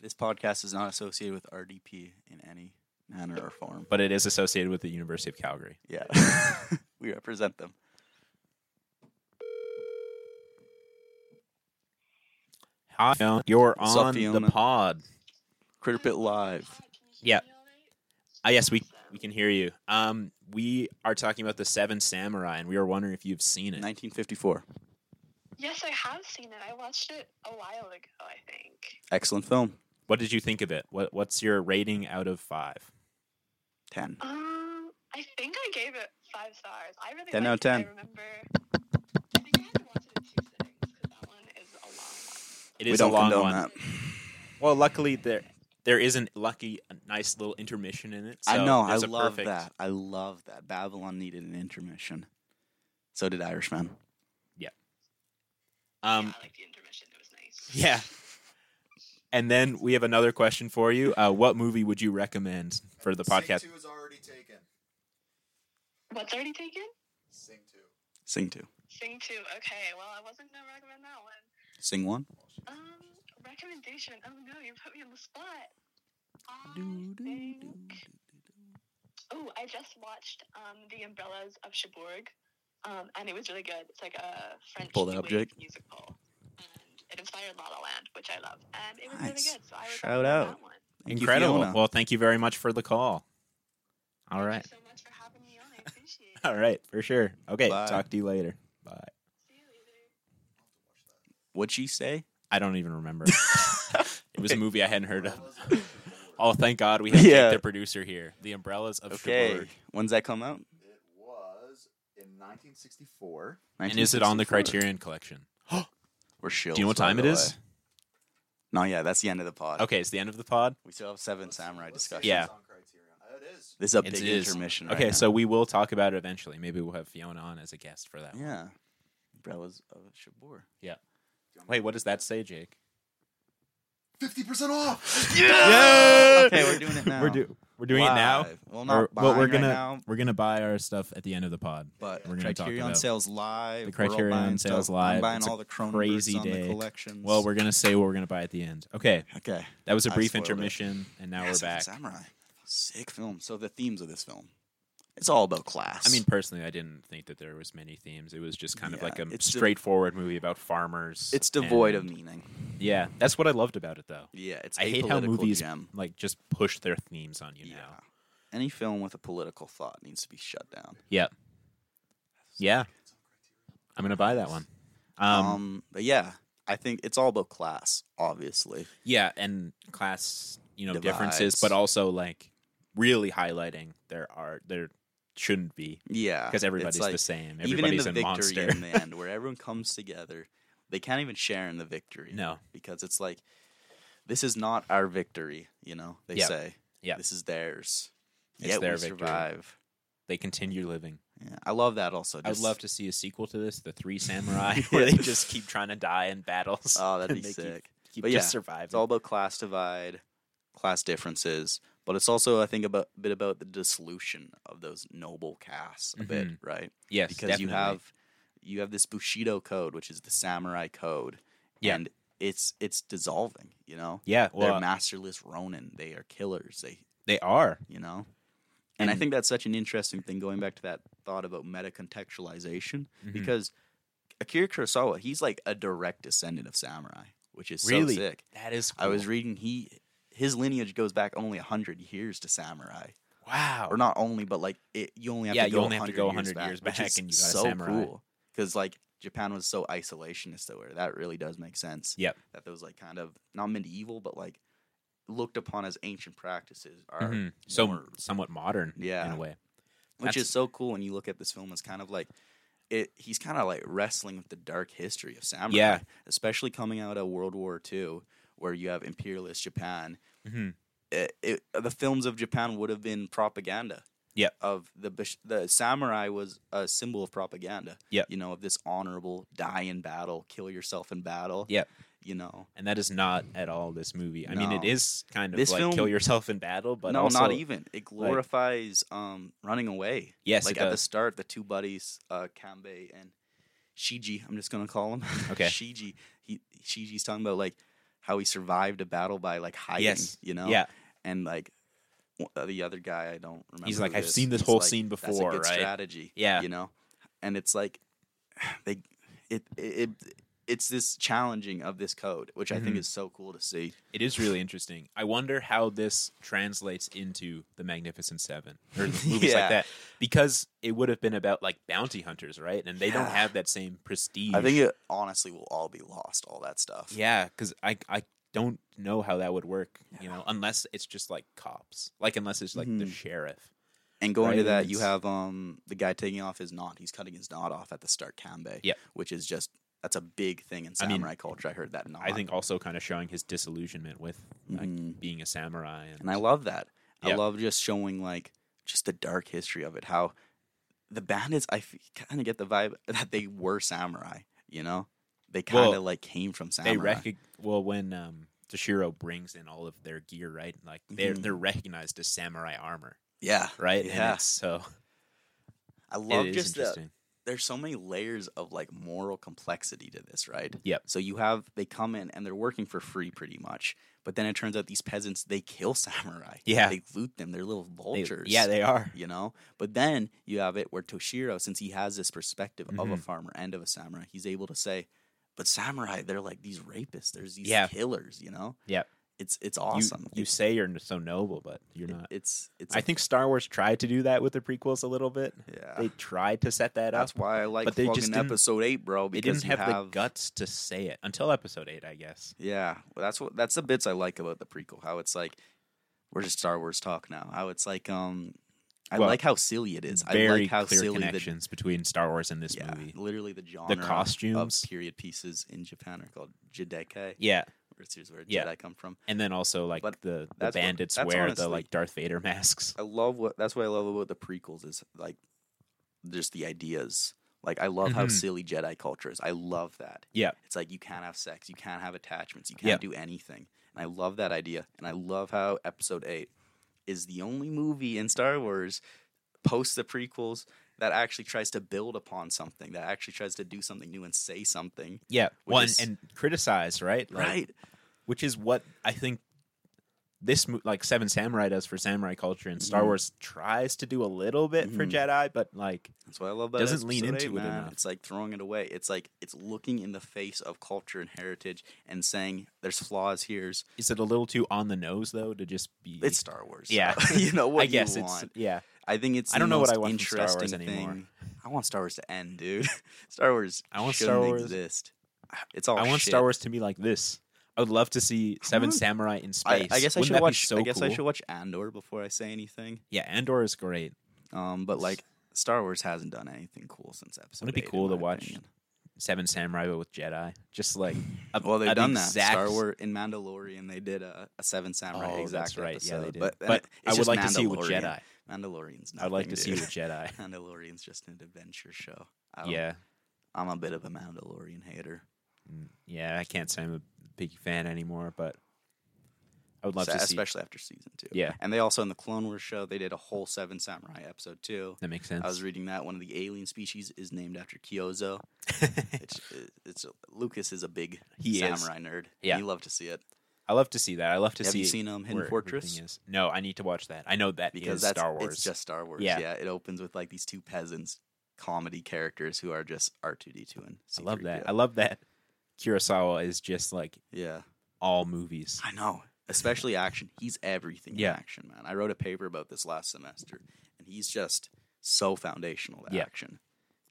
[SPEAKER 1] this podcast is not associated with RDP in any manner or form.
[SPEAKER 2] but it is associated with the University of Calgary.
[SPEAKER 1] *laughs* Yeah. we represent them.
[SPEAKER 2] Hi, Fiona. you're
[SPEAKER 1] What's up,
[SPEAKER 2] on the
[SPEAKER 1] Fiona?
[SPEAKER 2] pod.
[SPEAKER 1] Critter Pit Live.
[SPEAKER 2] Yeah. Ah, yes, we we can hear you. Um, we are talking about the Seven Samurai, and we were wondering if you've seen it.
[SPEAKER 1] 1954.
[SPEAKER 4] Yes, I have seen it. I watched it a while ago, I think.
[SPEAKER 1] Excellent film.
[SPEAKER 2] What did you think of it? What What's your rating out of five?
[SPEAKER 1] 10.
[SPEAKER 4] Um, I think I gave it five stars. I really
[SPEAKER 1] 10 out of
[SPEAKER 4] liked it.
[SPEAKER 1] 10.
[SPEAKER 4] I remember. I think I had to watch it in two sittings because that one is a long one.
[SPEAKER 2] It
[SPEAKER 1] We
[SPEAKER 2] is
[SPEAKER 1] don't
[SPEAKER 2] a long
[SPEAKER 1] condone
[SPEAKER 2] one.
[SPEAKER 1] that.
[SPEAKER 2] Well, luckily there there isn't lucky nice little intermission in it.
[SPEAKER 1] I
[SPEAKER 2] so
[SPEAKER 1] know. I
[SPEAKER 2] there's a
[SPEAKER 1] love
[SPEAKER 2] perfect-
[SPEAKER 1] that. I love that. Babylon needed an intermission. So did Irishman.
[SPEAKER 2] Um,
[SPEAKER 4] yeah, I like the intermission. It was nice.
[SPEAKER 2] Yeah. And then we have another question for you. Uh, what movie would you recommend for the podcast?
[SPEAKER 3] Sing 2 is already taken.
[SPEAKER 4] What's already taken?
[SPEAKER 3] Sing 2.
[SPEAKER 1] Sing two.
[SPEAKER 4] Sing two. Okay. Well, I wasn't gonna recommend that one.
[SPEAKER 1] Sing one.
[SPEAKER 4] Um, recommendation. Oh no, you put me on the spot. I think. Oh, I just watched um the Umbrellas of Cherbourg, um, and it was really good. It's like a French
[SPEAKER 1] Pull that up,
[SPEAKER 4] new wave
[SPEAKER 1] Jake.
[SPEAKER 4] musical, and it inspired La La Land, which I love, and it was
[SPEAKER 1] Nice.
[SPEAKER 4] really good. So I would
[SPEAKER 1] Shout
[SPEAKER 4] recommend
[SPEAKER 1] out.
[SPEAKER 4] that one.
[SPEAKER 1] Thank you,
[SPEAKER 2] Incredible.
[SPEAKER 1] Fiona.
[SPEAKER 2] well, thank you very much for the call. All
[SPEAKER 4] Thank
[SPEAKER 2] right.
[SPEAKER 4] you so much for having me on. I appreciate it.
[SPEAKER 2] All right, for sure. Okay,
[SPEAKER 1] Bye.
[SPEAKER 2] talk to you later. Bye.
[SPEAKER 4] See you later.
[SPEAKER 1] What'd she say?
[SPEAKER 2] I don't even
[SPEAKER 1] *laughs*
[SPEAKER 2] remember. it was a movie I hadn't heard of. *laughs* Oh, thank God we have
[SPEAKER 1] have Jake, Yeah.
[SPEAKER 2] the
[SPEAKER 1] the
[SPEAKER 2] producer here. The Umbrellas of
[SPEAKER 1] Okay. When's that come out?
[SPEAKER 3] It was in 1964.
[SPEAKER 2] And is it on the
[SPEAKER 1] 1964.
[SPEAKER 2] Criterion Collection?
[SPEAKER 1] We're shills,
[SPEAKER 2] Do you know what
[SPEAKER 1] by
[SPEAKER 2] time
[SPEAKER 1] the
[SPEAKER 2] it is?
[SPEAKER 1] way. No, yeah, that's the end of the pod.
[SPEAKER 2] Okay, it's the end of the pod.
[SPEAKER 1] We still have seven samurai discussion.
[SPEAKER 2] Yeah.
[SPEAKER 3] Oh,
[SPEAKER 1] This is a
[SPEAKER 2] It
[SPEAKER 1] big
[SPEAKER 2] is.
[SPEAKER 1] intermission. right
[SPEAKER 2] Okay,
[SPEAKER 1] now.
[SPEAKER 2] so we will talk about it eventually. Maybe we'll have Fiona on as a guest for that. one.
[SPEAKER 1] yeah, umbrellas of Shabur.
[SPEAKER 2] Wait, what does that say, Jake?
[SPEAKER 3] 50% off!
[SPEAKER 2] *laughs* Yeah.
[SPEAKER 1] Okay, we're doing it now.
[SPEAKER 2] *laughs* We're do we're doing it now.
[SPEAKER 1] Live. Well,
[SPEAKER 2] Or-
[SPEAKER 1] not
[SPEAKER 2] but we're
[SPEAKER 1] buying
[SPEAKER 2] gonna
[SPEAKER 1] right now,
[SPEAKER 2] we're gonna buy our stuff at the end of the pod.
[SPEAKER 1] but
[SPEAKER 2] we're gonna talk
[SPEAKER 1] Criterion
[SPEAKER 2] about
[SPEAKER 1] sales live.
[SPEAKER 2] the
[SPEAKER 1] we're all
[SPEAKER 2] Criterion
[SPEAKER 1] buying
[SPEAKER 2] sales
[SPEAKER 1] stuff.
[SPEAKER 2] live.
[SPEAKER 1] I'm buying
[SPEAKER 2] It's a
[SPEAKER 1] all the Cronenbergs
[SPEAKER 2] crazy
[SPEAKER 1] on
[SPEAKER 2] day.
[SPEAKER 1] the collections.
[SPEAKER 2] Well, we're gonna say what we're gonna buy at the end. Okay,
[SPEAKER 1] okay.
[SPEAKER 2] that was a
[SPEAKER 1] I
[SPEAKER 2] brief
[SPEAKER 1] spoiled it.
[SPEAKER 2] intermission, and now
[SPEAKER 1] Yeah,
[SPEAKER 2] we're
[SPEAKER 1] Seven
[SPEAKER 2] back.
[SPEAKER 1] Samurai, sick film. So the themes of this film, it's all about class.
[SPEAKER 2] I mean, personally, I didn't think that there was many themes. It was just kind of
[SPEAKER 1] Yeah,
[SPEAKER 2] like a
[SPEAKER 1] it's de-
[SPEAKER 2] straightforward movie about farmers.
[SPEAKER 1] it's devoid
[SPEAKER 2] and-
[SPEAKER 1] of meaning.
[SPEAKER 2] Yeah, that's what I loved about it, though.
[SPEAKER 1] Yeah, it's
[SPEAKER 2] I hate how
[SPEAKER 1] apolitical
[SPEAKER 2] movies
[SPEAKER 1] gem.
[SPEAKER 2] like just push their themes on you now.
[SPEAKER 1] Any film with a political thought needs to be shut down.
[SPEAKER 2] Yeah, yeah. I'm gonna buy that one.
[SPEAKER 1] Um,
[SPEAKER 2] Um,
[SPEAKER 1] but yeah, I think it's all about class, obviously.
[SPEAKER 2] yeah, and class, you know, differences,
[SPEAKER 1] Divides.
[SPEAKER 2] but also like really highlighting there are there shouldn't be
[SPEAKER 1] Yeah,
[SPEAKER 2] because
[SPEAKER 1] it's
[SPEAKER 2] everybody's
[SPEAKER 1] like,
[SPEAKER 2] the
[SPEAKER 1] even
[SPEAKER 2] same.
[SPEAKER 1] in
[SPEAKER 2] Everybody's
[SPEAKER 1] the
[SPEAKER 2] a
[SPEAKER 1] victory
[SPEAKER 2] monster. *laughs*
[SPEAKER 1] in the end, where everyone comes together, they can't even share in the victory.
[SPEAKER 2] no,
[SPEAKER 1] because it's like this is not our victory. You know, they
[SPEAKER 2] Yeah.
[SPEAKER 1] say.
[SPEAKER 2] Yeah.
[SPEAKER 1] this is theirs.
[SPEAKER 2] It's
[SPEAKER 1] Yet
[SPEAKER 2] their
[SPEAKER 1] we
[SPEAKER 2] victory.
[SPEAKER 1] survive.
[SPEAKER 2] they continue living.
[SPEAKER 1] Yeah, I love that. Also,
[SPEAKER 2] I'd
[SPEAKER 1] just-
[SPEAKER 2] love to see a sequel to this,
[SPEAKER 1] *laughs*
[SPEAKER 2] The Three Samurai, where they just keep trying to die in battles.
[SPEAKER 1] Oh, that'd
[SPEAKER 2] and
[SPEAKER 1] be
[SPEAKER 2] they keep-
[SPEAKER 1] sick.
[SPEAKER 2] *laughs* Keep
[SPEAKER 1] But
[SPEAKER 2] just
[SPEAKER 1] yeah,
[SPEAKER 2] surviving.
[SPEAKER 1] It's all about class divide, class differences, but it's also I think about a bit about the dissolution of those noble castes a bit,
[SPEAKER 2] Mm-hmm.
[SPEAKER 1] right?
[SPEAKER 2] yes,
[SPEAKER 1] Because
[SPEAKER 2] definitely.
[SPEAKER 1] you have you have this Bushido code, which is the samurai code,
[SPEAKER 2] Yeah.
[SPEAKER 1] and it's it's dissolving. You know,
[SPEAKER 2] yeah,
[SPEAKER 1] they're
[SPEAKER 2] well, uh,
[SPEAKER 1] masterless Ronin. They are killers. They
[SPEAKER 2] they are.
[SPEAKER 1] you know. And, I
[SPEAKER 2] And-
[SPEAKER 1] think that's such an interesting thing going back to that thought about meta contextualization
[SPEAKER 2] Mhm.
[SPEAKER 1] because Akira Kurosawa, he's like a direct descendant of samurai, which is
[SPEAKER 2] Really?
[SPEAKER 1] so sick.
[SPEAKER 2] that is.
[SPEAKER 1] I was
[SPEAKER 2] cool.
[SPEAKER 1] reading he his lineage goes back only 100 years to samurai.
[SPEAKER 2] wow.
[SPEAKER 1] Or not only but like it, you only have
[SPEAKER 2] Yeah,
[SPEAKER 1] to
[SPEAKER 2] you
[SPEAKER 1] go
[SPEAKER 2] only have to go
[SPEAKER 1] 100 years
[SPEAKER 2] 100
[SPEAKER 1] back,
[SPEAKER 2] years
[SPEAKER 1] which
[SPEAKER 2] back
[SPEAKER 1] is
[SPEAKER 2] and you got a
[SPEAKER 1] so
[SPEAKER 2] samurai.
[SPEAKER 1] cool cuz like Japan was so isolationist over that really does make sense.
[SPEAKER 2] Yep.
[SPEAKER 1] That those like kind of not medieval but like looked upon as ancient practices are
[SPEAKER 2] Mhm. so
[SPEAKER 1] more-
[SPEAKER 2] somewhat modern, in
[SPEAKER 1] Yeah.
[SPEAKER 2] a way.
[SPEAKER 1] which
[SPEAKER 2] That's-
[SPEAKER 1] is so cool when you look at this film as kind of like it he's kind of like wrestling with the dark history of samurai
[SPEAKER 2] Yeah.
[SPEAKER 1] especially coming out of world war ii where you have imperialist japan
[SPEAKER 2] Mhm.
[SPEAKER 1] it, eh, it, the films of japan would have been propaganda
[SPEAKER 2] Yep.
[SPEAKER 1] of the bish- the samurai was a symbol of propaganda
[SPEAKER 2] Yep.
[SPEAKER 1] you know of this honorable die in battle kill yourself in battle
[SPEAKER 2] Yep.
[SPEAKER 1] you know
[SPEAKER 2] And that is not at all this movie. I mean, it
[SPEAKER 1] No.
[SPEAKER 2] is kind of
[SPEAKER 1] This
[SPEAKER 2] like
[SPEAKER 1] film-
[SPEAKER 2] kill yourself in battle, but
[SPEAKER 1] no
[SPEAKER 2] also,
[SPEAKER 1] not even it glorifies um running away
[SPEAKER 2] Yes,
[SPEAKER 1] like
[SPEAKER 2] it
[SPEAKER 1] at the
[SPEAKER 2] does.
[SPEAKER 1] start, the two buddies, uh, Kambe and Shiji. I'm just gonna call him. *laughs*
[SPEAKER 2] Okay.
[SPEAKER 1] Shiji. He Shiji's talking about like how he survived a battle by like hiding.
[SPEAKER 2] Yes.
[SPEAKER 1] You know.
[SPEAKER 2] yeah,
[SPEAKER 1] And like w- uh, the other guy, I don't remember.
[SPEAKER 2] He's like,
[SPEAKER 1] who it
[SPEAKER 2] "I've
[SPEAKER 1] is.
[SPEAKER 2] seen this
[SPEAKER 1] He's
[SPEAKER 2] whole
[SPEAKER 1] like,
[SPEAKER 2] scene
[SPEAKER 1] "That's a
[SPEAKER 2] before,
[SPEAKER 1] good
[SPEAKER 2] right?"
[SPEAKER 1] Strategy.
[SPEAKER 2] Yeah.
[SPEAKER 1] You know, and it's like *sighs* they it it. it it's this challenging of this code, which I think
[SPEAKER 2] Mhm.
[SPEAKER 1] is so cool to see.
[SPEAKER 2] it is really interesting. I wonder how this translates into the Magnificent Seven
[SPEAKER 1] *laughs*
[SPEAKER 2] or the movies
[SPEAKER 1] Yeah.
[SPEAKER 2] like that, because it would have been about like bounty hunters, right? And they don't
[SPEAKER 1] Yeah.
[SPEAKER 2] have that same prestige.
[SPEAKER 1] I think it honestly will all be lost, all that stuff.
[SPEAKER 2] yeah, because I I don't know how that would work, you know, unless it's just like cops, like unless it's like the
[SPEAKER 1] Mhm.
[SPEAKER 2] sheriff.
[SPEAKER 1] And going
[SPEAKER 2] Right,
[SPEAKER 1] to
[SPEAKER 2] and
[SPEAKER 1] that, you
[SPEAKER 2] it's-
[SPEAKER 1] have um the guy taking off his knot. He's cutting his knot off at the start, Cambe.
[SPEAKER 2] Yep.
[SPEAKER 1] Which is just That's a big thing in
[SPEAKER 2] I mean,
[SPEAKER 1] samurai culture. I heard that. In
[SPEAKER 2] I think also kind of showing his disillusionment with like,
[SPEAKER 1] Mhm.
[SPEAKER 2] being a samurai, and,
[SPEAKER 1] and I love that. I
[SPEAKER 2] Yeah.
[SPEAKER 1] love just showing like just the dark history of it. How the bandits, I kind of get the vibe *laughs* that they were samurai. You know, they kind of
[SPEAKER 2] Well,
[SPEAKER 1] like came from samurai.
[SPEAKER 2] they recognize well when um, Toshiro brings in all of their gear, right? Like they're
[SPEAKER 1] Mhm.
[SPEAKER 2] they're recognized as samurai armor,
[SPEAKER 1] yeah,
[SPEAKER 2] right? And
[SPEAKER 1] Yeah.
[SPEAKER 2] it's so
[SPEAKER 1] I
[SPEAKER 2] it
[SPEAKER 1] love
[SPEAKER 2] is
[SPEAKER 1] just the
[SPEAKER 2] interesting.
[SPEAKER 1] there's so many layers of like moral complexity to this, right?
[SPEAKER 2] Yep.
[SPEAKER 1] So you have they come in and they're working for free pretty much, but then it turns out these peasants they kill *laughs* samurai.
[SPEAKER 2] Yeah.
[SPEAKER 1] they loot them. They're little
[SPEAKER 2] They-
[SPEAKER 1] vultures.
[SPEAKER 2] yeah, they are.
[SPEAKER 1] you know. But then you have it where Toshiro, since he has this perspective of a
[SPEAKER 2] Mhm.
[SPEAKER 1] farmer and of a samurai, he's able to say, "But samurai, they're like these rapists. There's these
[SPEAKER 2] Yeah.
[SPEAKER 1] killers. You know.
[SPEAKER 2] Yep.
[SPEAKER 1] It's it's
[SPEAKER 2] You-
[SPEAKER 1] awesome.
[SPEAKER 2] You,
[SPEAKER 1] It-
[SPEAKER 2] say you're n- so noble, but you're
[SPEAKER 1] it-
[SPEAKER 2] not.
[SPEAKER 1] It's it's.
[SPEAKER 2] I think Star Wars tried to do that with the prequels a little
[SPEAKER 1] *sighs*
[SPEAKER 2] bit.
[SPEAKER 1] *laughs* yeah.
[SPEAKER 2] They tried to set that up.
[SPEAKER 1] that's why I like
[SPEAKER 2] but they just
[SPEAKER 1] fucking
[SPEAKER 2] didn't-
[SPEAKER 1] episode eight, bro.
[SPEAKER 2] They
[SPEAKER 1] Because
[SPEAKER 2] didn't
[SPEAKER 1] you
[SPEAKER 2] have, the guts to say it until episode eight, I guess.
[SPEAKER 1] Yeah, well, that's what that's the bits I like about the prequel. How it's like we're just Star Wars talk now. How it's like um, I
[SPEAKER 2] Well,
[SPEAKER 1] like how silly it is. I
[SPEAKER 2] Very
[SPEAKER 1] like how
[SPEAKER 2] clear
[SPEAKER 1] silly the
[SPEAKER 2] connections between Star Wars and this
[SPEAKER 1] yeah,
[SPEAKER 2] movie.
[SPEAKER 1] literally the genre
[SPEAKER 2] The costumes,
[SPEAKER 1] of period pieces in Japan are called jidaike,
[SPEAKER 2] yeah,
[SPEAKER 1] which is where
[SPEAKER 2] Yeah.
[SPEAKER 1] Jedi come from.
[SPEAKER 2] and then also like
[SPEAKER 1] But
[SPEAKER 2] the, the
[SPEAKER 1] that's what-
[SPEAKER 2] bandits
[SPEAKER 1] that's
[SPEAKER 2] wear
[SPEAKER 1] honestly-
[SPEAKER 2] the like Darth Vader
[SPEAKER 1] *laughs*
[SPEAKER 2] masks.
[SPEAKER 1] I love what that's what I love about the prequels is like just the ideas. Like I love how
[SPEAKER 2] Mhm.
[SPEAKER 1] silly Jedi culture is. I love that.
[SPEAKER 2] Yeah.
[SPEAKER 1] It's like you can't have sex, you can't have attachments, you can't
[SPEAKER 2] Yeah.
[SPEAKER 1] do anything. And I love that idea. And I love how episode 8 is the only movie in Star Wars post the prequels that actually tries to build upon something, that actually tries to do something new and say something.
[SPEAKER 2] Yeah,
[SPEAKER 1] Which
[SPEAKER 2] one
[SPEAKER 1] is-
[SPEAKER 2] and criticized, right? Like,
[SPEAKER 1] right.
[SPEAKER 2] Which is what I think this mo- like Seven Samurai does for samurai culture, and Star
[SPEAKER 1] Mhm.
[SPEAKER 2] Wars tries to do a little bit for
[SPEAKER 1] Mhm.
[SPEAKER 2] Jedi, but like
[SPEAKER 1] That's why I love that.
[SPEAKER 2] Doesn't lean
[SPEAKER 1] episode
[SPEAKER 2] into
[SPEAKER 1] eight,
[SPEAKER 2] it
[SPEAKER 1] man.
[SPEAKER 2] enough.
[SPEAKER 1] It's like throwing it away. It's like it's looking in the face of culture and heritage and saying there's flaws here.
[SPEAKER 2] is it a little too on the nose though to just be?
[SPEAKER 1] It's Star Wars.
[SPEAKER 2] Yeah.
[SPEAKER 1] so *laughs* you know what
[SPEAKER 2] I guess
[SPEAKER 1] you
[SPEAKER 2] it's
[SPEAKER 1] want.
[SPEAKER 2] yeah.
[SPEAKER 1] I think it's.
[SPEAKER 2] I
[SPEAKER 1] the
[SPEAKER 2] don't know what
[SPEAKER 1] most
[SPEAKER 2] I want from Star Wars
[SPEAKER 1] interesting
[SPEAKER 2] anymore.
[SPEAKER 1] thing. I want Star Wars to end, dude. *laughs* Star Wars.
[SPEAKER 2] I want
[SPEAKER 1] shouldn't
[SPEAKER 2] Star Wars-
[SPEAKER 1] exist. It's all.
[SPEAKER 2] I want
[SPEAKER 1] Oh, shit.
[SPEAKER 2] Star Wars to be like this. I would love to see Seven
[SPEAKER 1] want-
[SPEAKER 2] Samurai in
[SPEAKER 1] I,
[SPEAKER 2] space.
[SPEAKER 1] I guess I
[SPEAKER 2] Wouldn't
[SPEAKER 1] should
[SPEAKER 2] that be
[SPEAKER 1] watch.
[SPEAKER 2] So
[SPEAKER 1] I guess I
[SPEAKER 2] cool?
[SPEAKER 1] should watch Andor before I say anything.
[SPEAKER 2] Yeah, Andor is great.
[SPEAKER 1] Um, but like Star Wars hasn't done anything cool since episode.
[SPEAKER 2] Wouldn't it be
[SPEAKER 1] eight, in
[SPEAKER 2] cool to
[SPEAKER 1] my
[SPEAKER 2] watch
[SPEAKER 1] opinion.
[SPEAKER 2] Seven Samurai but with Jedi, just like a,
[SPEAKER 1] Well, they've
[SPEAKER 2] an
[SPEAKER 1] done that.
[SPEAKER 2] exact-
[SPEAKER 1] Star Wars in Mandalorian, they did a, a Seven Samurai
[SPEAKER 2] Oh,
[SPEAKER 1] exact
[SPEAKER 2] that's right.
[SPEAKER 1] episode.
[SPEAKER 2] Yeah, they did.
[SPEAKER 1] But,
[SPEAKER 2] But,
[SPEAKER 1] then it's
[SPEAKER 2] I would
[SPEAKER 1] just
[SPEAKER 2] like to see it with
[SPEAKER 1] Mandalorian.
[SPEAKER 2] Jedi.
[SPEAKER 1] Mandalorian's.
[SPEAKER 2] I'd like
[SPEAKER 1] nothing,
[SPEAKER 2] to see it
[SPEAKER 1] dude. *laughs*
[SPEAKER 2] with Jedi.
[SPEAKER 1] Mandalorian's just an adventure show. I don't-
[SPEAKER 2] yeah,
[SPEAKER 1] I'm a bit of a Mandalorian hater.
[SPEAKER 2] Mm, yeah. I can't say I'm a big fan anymore, but I would love
[SPEAKER 1] so-
[SPEAKER 2] to see.
[SPEAKER 1] especially after season two.
[SPEAKER 2] Yeah.
[SPEAKER 1] and they also in the Clone Wars show they did a whole Seven Samurai episode too.
[SPEAKER 2] That makes sense.
[SPEAKER 1] I was reading that one of the alien species is named after
[SPEAKER 2] *laughs*
[SPEAKER 1] Kyozo. It's, it's Lucas is a big
[SPEAKER 2] He is.
[SPEAKER 1] samurai nerd.
[SPEAKER 2] Yeah.
[SPEAKER 1] you love to see it.
[SPEAKER 2] I love to see that. I love to
[SPEAKER 1] Have
[SPEAKER 2] see
[SPEAKER 1] you seen um, Hidden
[SPEAKER 2] where
[SPEAKER 1] Fortress?
[SPEAKER 2] everything Is. No, I need to watch that. I know that
[SPEAKER 1] because
[SPEAKER 2] is
[SPEAKER 1] that's
[SPEAKER 2] Star Wars.
[SPEAKER 1] It's just Star Wars. Yeah.
[SPEAKER 2] Yeah.
[SPEAKER 1] it opens with like these two peasants, comedy characters who are just R two D two and
[SPEAKER 2] I
[SPEAKER 1] C3PO.
[SPEAKER 2] love that. I love that. Kurosawa is just like
[SPEAKER 1] yeah,
[SPEAKER 2] all movies.
[SPEAKER 1] I know. Especially action. He's everything
[SPEAKER 2] Yeah.
[SPEAKER 1] in action, man. I wrote a paper about this last semester, and he's just so foundational to
[SPEAKER 2] Yeah.
[SPEAKER 1] action.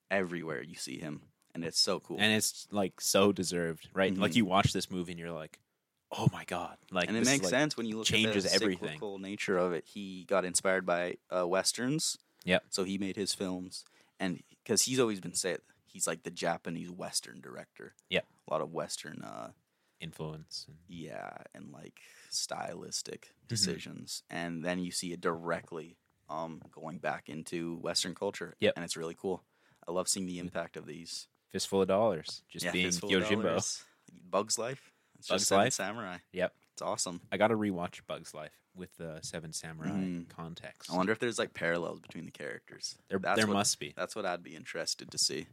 [SPEAKER 1] Everywhere you see him, and it's so cool.
[SPEAKER 2] and it's like so deserved, right?
[SPEAKER 1] Mhm.
[SPEAKER 2] Like you watch this movie and you're like, "Oh my god!" Like
[SPEAKER 1] and it
[SPEAKER 2] this is
[SPEAKER 1] makes
[SPEAKER 2] like-
[SPEAKER 1] sense when you look
[SPEAKER 2] changes
[SPEAKER 1] at the
[SPEAKER 2] everything.
[SPEAKER 1] cyclical nature of it. He got inspired by uh, westerns.
[SPEAKER 2] Yep.
[SPEAKER 1] So he made his films, and because he's always been said he's like the Japanese western director.
[SPEAKER 2] Yep.
[SPEAKER 1] A lot of western, uh,
[SPEAKER 2] Influence. And,
[SPEAKER 1] yeah, and like stylistic
[SPEAKER 2] Mm-hmm.
[SPEAKER 1] decisions, and then you see it directly um, going back into western culture.
[SPEAKER 2] Yep.
[SPEAKER 1] And it's really cool. I love seeing the impact of these.
[SPEAKER 2] fistful of dollars, just
[SPEAKER 1] Yeah,
[SPEAKER 2] being
[SPEAKER 1] Fistful of
[SPEAKER 2] Yojimbo.
[SPEAKER 1] Dollars, Bugs Life. It's
[SPEAKER 2] Bugs
[SPEAKER 1] just Seven
[SPEAKER 2] Life?
[SPEAKER 1] Samurai.
[SPEAKER 2] Yep.
[SPEAKER 1] It's awesome.
[SPEAKER 2] I gotta rewatch Bug's Life with the Seven Samurai
[SPEAKER 1] Mm.
[SPEAKER 2] context.
[SPEAKER 1] I wonder if there's like parallels between the characters.
[SPEAKER 2] there
[SPEAKER 1] that's
[SPEAKER 2] there
[SPEAKER 1] what-
[SPEAKER 2] must be.
[SPEAKER 1] That's what I'd be interested to see.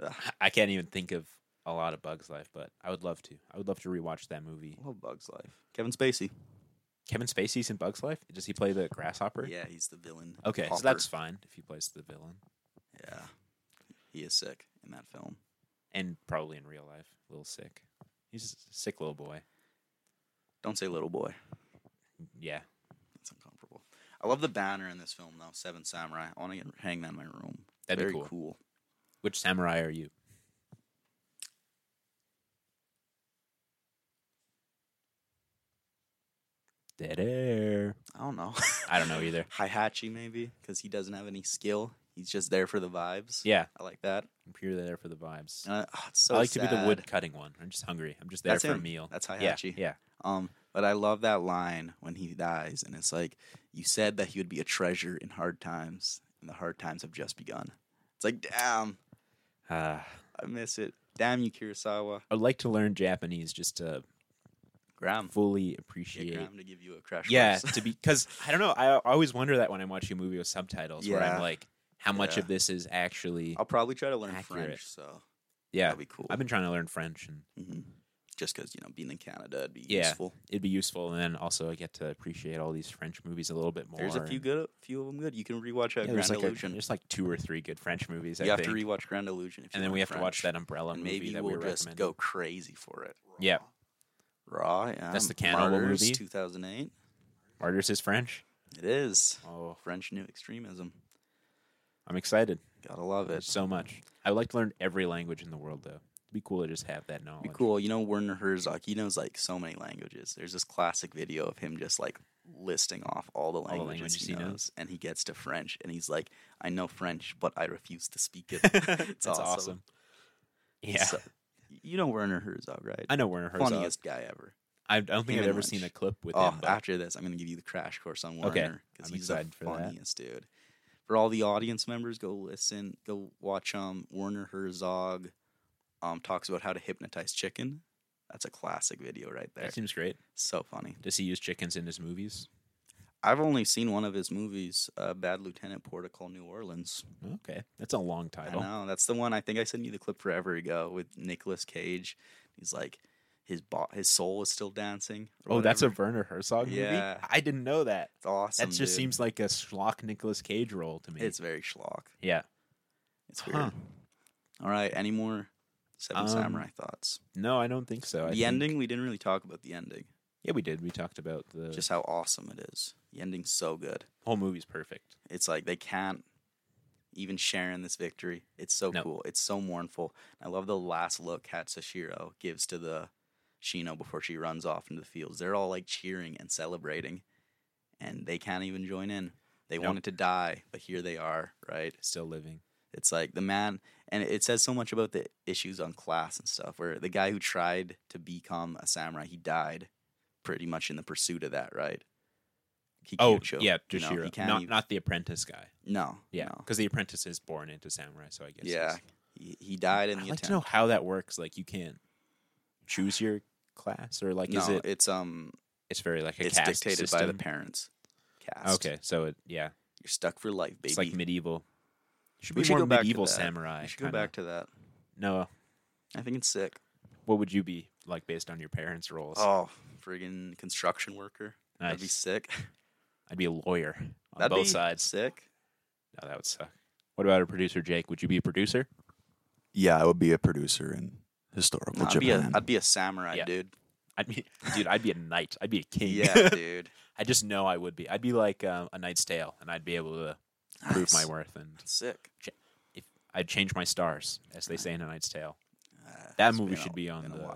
[SPEAKER 1] Ugh,
[SPEAKER 2] I can't even think of a lot of Bug's Life, but I would love to. I would love to rewatch that movie.
[SPEAKER 1] I love Bugs Life. Kevin Spacey.
[SPEAKER 2] Kevin Spacey's in Bug's Life. Does he play the grasshopper?
[SPEAKER 1] Yeah, he's the villain.
[SPEAKER 2] Okay,
[SPEAKER 1] Hopper.
[SPEAKER 2] so that's fine if he plays the villain,
[SPEAKER 1] Yeah, he is sick in that film.
[SPEAKER 2] and probably in real life, a little sick. He's a sick little boy.
[SPEAKER 1] Don't say little boy.
[SPEAKER 2] Yeah,
[SPEAKER 1] That's uncomfortable. I love the banner in this film though. Seven Samurai. I want to hang that in my room.
[SPEAKER 2] that'd
[SPEAKER 1] Very
[SPEAKER 2] be cool.
[SPEAKER 1] cool.
[SPEAKER 2] Which samurai are you? Dead air.
[SPEAKER 1] I don't know.
[SPEAKER 2] I don't know either. *laughs*
[SPEAKER 1] Hihachi maybe because he doesn't have any skill. He's just there for the vibes.
[SPEAKER 2] Yeah,
[SPEAKER 1] I like that.
[SPEAKER 2] I'm purely there for the vibes.
[SPEAKER 1] And I, ah, it's so
[SPEAKER 2] I like to be the
[SPEAKER 1] sad.
[SPEAKER 2] wood cutting one. I'm just hungry. I'm just there
[SPEAKER 1] That's
[SPEAKER 2] for a
[SPEAKER 1] him.
[SPEAKER 2] meal.
[SPEAKER 1] That's
[SPEAKER 2] yeah,
[SPEAKER 1] Hayachi.
[SPEAKER 2] yeah.
[SPEAKER 1] Um, but I love that line when he dies, and it's like, "You said that he would be a treasure in hard times, and the hard times have just begun." It's like, damn,
[SPEAKER 2] Ah,
[SPEAKER 1] I miss it. Damn you, Kurosawa.
[SPEAKER 2] I'd like to learn Japanese just to
[SPEAKER 1] Graham,
[SPEAKER 2] fully
[SPEAKER 1] yeah,
[SPEAKER 2] appreciate.
[SPEAKER 1] Graham to give you a crash.
[SPEAKER 2] Yeah,
[SPEAKER 1] course.
[SPEAKER 2] to be because I don't know. I, I always wonder that when I'm watching a movie with subtitles, where
[SPEAKER 1] Yeah.
[SPEAKER 2] I'm like, how much
[SPEAKER 1] Yeah.
[SPEAKER 2] of this is actually?
[SPEAKER 1] *laughs* I'll probably try to learn
[SPEAKER 2] Accurate.
[SPEAKER 1] French, so
[SPEAKER 2] yeah,
[SPEAKER 1] that'd be cool.
[SPEAKER 2] I've been trying to learn French, and
[SPEAKER 1] hmm Just because you know, being in Canada, it'd be
[SPEAKER 2] Yeah.
[SPEAKER 1] useful.
[SPEAKER 2] it'd be useful. And then also, I get to appreciate all these French movies a little bit more.
[SPEAKER 1] There's a few
[SPEAKER 2] and-
[SPEAKER 1] good, a few of them good. You can rewatch uh,
[SPEAKER 2] Yeah,
[SPEAKER 1] Grand
[SPEAKER 2] there's, like a-
[SPEAKER 1] Illusion.
[SPEAKER 2] there's like two or three good French movies. I
[SPEAKER 1] you have
[SPEAKER 2] think.
[SPEAKER 1] to rewatch Grand Illusion, if you
[SPEAKER 2] and then
[SPEAKER 1] learn
[SPEAKER 2] we have to watch
[SPEAKER 1] French.
[SPEAKER 2] that Umbrella
[SPEAKER 1] And
[SPEAKER 2] movie
[SPEAKER 1] maybe
[SPEAKER 2] that
[SPEAKER 1] we'll
[SPEAKER 2] we were
[SPEAKER 1] just
[SPEAKER 2] recommending.
[SPEAKER 1] go crazy for it.
[SPEAKER 2] Yeah,
[SPEAKER 1] Raw. Yeah.
[SPEAKER 2] That's the Cannibal
[SPEAKER 1] Martyrs,
[SPEAKER 2] movie?
[SPEAKER 1] 2008.
[SPEAKER 2] Martyrs is French.
[SPEAKER 1] It is
[SPEAKER 2] Oh,
[SPEAKER 1] French New Extremism.
[SPEAKER 2] I'm excited.
[SPEAKER 1] Gotta love
[SPEAKER 2] There's
[SPEAKER 1] it.
[SPEAKER 2] so much. I would like to learn every language in the world, though. It'd be cool to just have that knowledge.
[SPEAKER 1] Be
[SPEAKER 2] *laughs*
[SPEAKER 1] cool. You know Werner Herzog. He knows like so many languages. There's this classic video of him just like listing off all the
[SPEAKER 2] the
[SPEAKER 1] languages,
[SPEAKER 2] languages
[SPEAKER 1] he
[SPEAKER 2] he
[SPEAKER 1] knows,
[SPEAKER 2] knows.
[SPEAKER 1] and he gets to French, and he's like, "I know French, but I refuse to speak it." *laughs*
[SPEAKER 2] it's
[SPEAKER 1] awesome.
[SPEAKER 2] *laughs* Yeah,
[SPEAKER 1] So- you know Werner Herzog, right?
[SPEAKER 2] *laughs* I know Werner Herzog.
[SPEAKER 1] Funniest guy ever.
[SPEAKER 2] I I don't
[SPEAKER 1] Him
[SPEAKER 2] think I've
[SPEAKER 1] and
[SPEAKER 2] ever
[SPEAKER 1] Lynch.
[SPEAKER 2] seen a clip with
[SPEAKER 1] oh,
[SPEAKER 2] him. But
[SPEAKER 1] after this, I'm gonna give you the crash course on
[SPEAKER 2] Okay,
[SPEAKER 1] Warner because
[SPEAKER 2] I'm
[SPEAKER 1] he's the
[SPEAKER 2] excited for that.
[SPEAKER 1] funniest dude. For all the audience members, go listen, go watch um Warner Herzog um talks about how to hypnotize chicken. That's a classic video right there.
[SPEAKER 2] that seems great.
[SPEAKER 1] So funny.
[SPEAKER 2] Does he use chickens in his movies?
[SPEAKER 1] I've only seen one of his movies, uh, Bad Lieutenant Portico New Orleans.
[SPEAKER 2] Okay, that's a long title.
[SPEAKER 1] I know that's the one. I think I sent you the clip forever ago with Nicolas Cage. He's like his bo- his soul is still dancing. or
[SPEAKER 2] Oh, that's a
[SPEAKER 1] whatever.
[SPEAKER 2] Werner Herzog movie.
[SPEAKER 1] Yeah.
[SPEAKER 2] I didn't know that.
[SPEAKER 1] it's awesome.
[SPEAKER 2] That just
[SPEAKER 1] dude.
[SPEAKER 2] seems like a schlock Nicolas Cage role to me.
[SPEAKER 1] it's very schlock.
[SPEAKER 2] yeah.
[SPEAKER 1] It's weird.
[SPEAKER 2] Huh.
[SPEAKER 1] All right, any more Seven
[SPEAKER 2] Um,
[SPEAKER 1] Samurai thoughts?
[SPEAKER 2] No, I don't think so. I
[SPEAKER 1] the
[SPEAKER 2] think-
[SPEAKER 1] ending, we didn't really talk about the ending,
[SPEAKER 2] Yeah, we did. We talked about the
[SPEAKER 1] just how awesome it is. The ending's so good.
[SPEAKER 2] whole movie's perfect.
[SPEAKER 1] It's like they can't even share in this victory. It's so
[SPEAKER 2] No.
[SPEAKER 1] cool. It's so mournful. I love the last look Hatsushiro gives to the Shino before she runs off into the fields. They're all like cheering and celebrating, and they can't even join in. They
[SPEAKER 2] Nope.
[SPEAKER 1] wanted to die, but here they are, right?
[SPEAKER 2] Still living.
[SPEAKER 1] It's like the man, and it says so much about the issues on class and stuff. Where the guy who tried to become a samurai, he died pretty much in the pursuit of that, right?
[SPEAKER 2] Oh,
[SPEAKER 1] Kikucho,
[SPEAKER 2] yeah,
[SPEAKER 1] you know,
[SPEAKER 2] Jashiro.
[SPEAKER 1] he can't
[SPEAKER 2] not
[SPEAKER 1] even-
[SPEAKER 2] not the apprentice guy.
[SPEAKER 1] no,
[SPEAKER 2] Yeah,
[SPEAKER 1] no.
[SPEAKER 2] because the apprentice is born into samurai, so I guess.
[SPEAKER 1] yeah.
[SPEAKER 2] he's-
[SPEAKER 1] He, he died in
[SPEAKER 2] I'd
[SPEAKER 1] the
[SPEAKER 2] like
[SPEAKER 1] attempt.
[SPEAKER 2] to know how that works. Like, you can't choose your class, or like,
[SPEAKER 1] no,
[SPEAKER 2] is it?
[SPEAKER 1] it's um,
[SPEAKER 2] It's very like a
[SPEAKER 1] it's
[SPEAKER 2] caste
[SPEAKER 1] dictated by the
[SPEAKER 2] system?
[SPEAKER 1] parents. Cast.
[SPEAKER 2] Okay, so it yeah,
[SPEAKER 1] you're stuck for life, baby.
[SPEAKER 2] it's like medieval. Should
[SPEAKER 1] We
[SPEAKER 2] be
[SPEAKER 1] should go
[SPEAKER 2] more
[SPEAKER 1] back to
[SPEAKER 2] medieval
[SPEAKER 1] that.
[SPEAKER 2] samurai.
[SPEAKER 1] you should go
[SPEAKER 2] kinda.
[SPEAKER 1] back to that.
[SPEAKER 2] Noah.
[SPEAKER 1] I think it's sick.
[SPEAKER 2] What would you be like based on your parents' roles?
[SPEAKER 1] Oh, friggin' construction worker. That'd be
[SPEAKER 2] nice.
[SPEAKER 1] sick.
[SPEAKER 2] I'd be a lawyer on
[SPEAKER 1] That'd
[SPEAKER 2] both
[SPEAKER 1] be
[SPEAKER 2] sides.
[SPEAKER 1] Sick.
[SPEAKER 2] No, that would suck. What about a producer, Jake? Would you be a producer?
[SPEAKER 3] Yeah, I would be a producer in historical
[SPEAKER 1] No, I'd be a
[SPEAKER 3] Japan.
[SPEAKER 1] I'd be a samurai,
[SPEAKER 2] Yeah.
[SPEAKER 1] dude.
[SPEAKER 2] I'd be, dude. I'd be a knight. I'd be a king. *laughs*
[SPEAKER 1] Yeah, dude.
[SPEAKER 2] I just know I would be. I'd be like um, a knight's tale, and I'd be able to prove my
[SPEAKER 1] Nice.
[SPEAKER 2] worth. And
[SPEAKER 1] Ah, Sick.
[SPEAKER 2] I'd change my stars, as they say in a knight's tale.
[SPEAKER 1] Ah,
[SPEAKER 2] That
[SPEAKER 1] it's
[SPEAKER 2] movie
[SPEAKER 1] been
[SPEAKER 2] should
[SPEAKER 1] a-
[SPEAKER 2] be on
[SPEAKER 1] been a
[SPEAKER 2] the
[SPEAKER 1] while.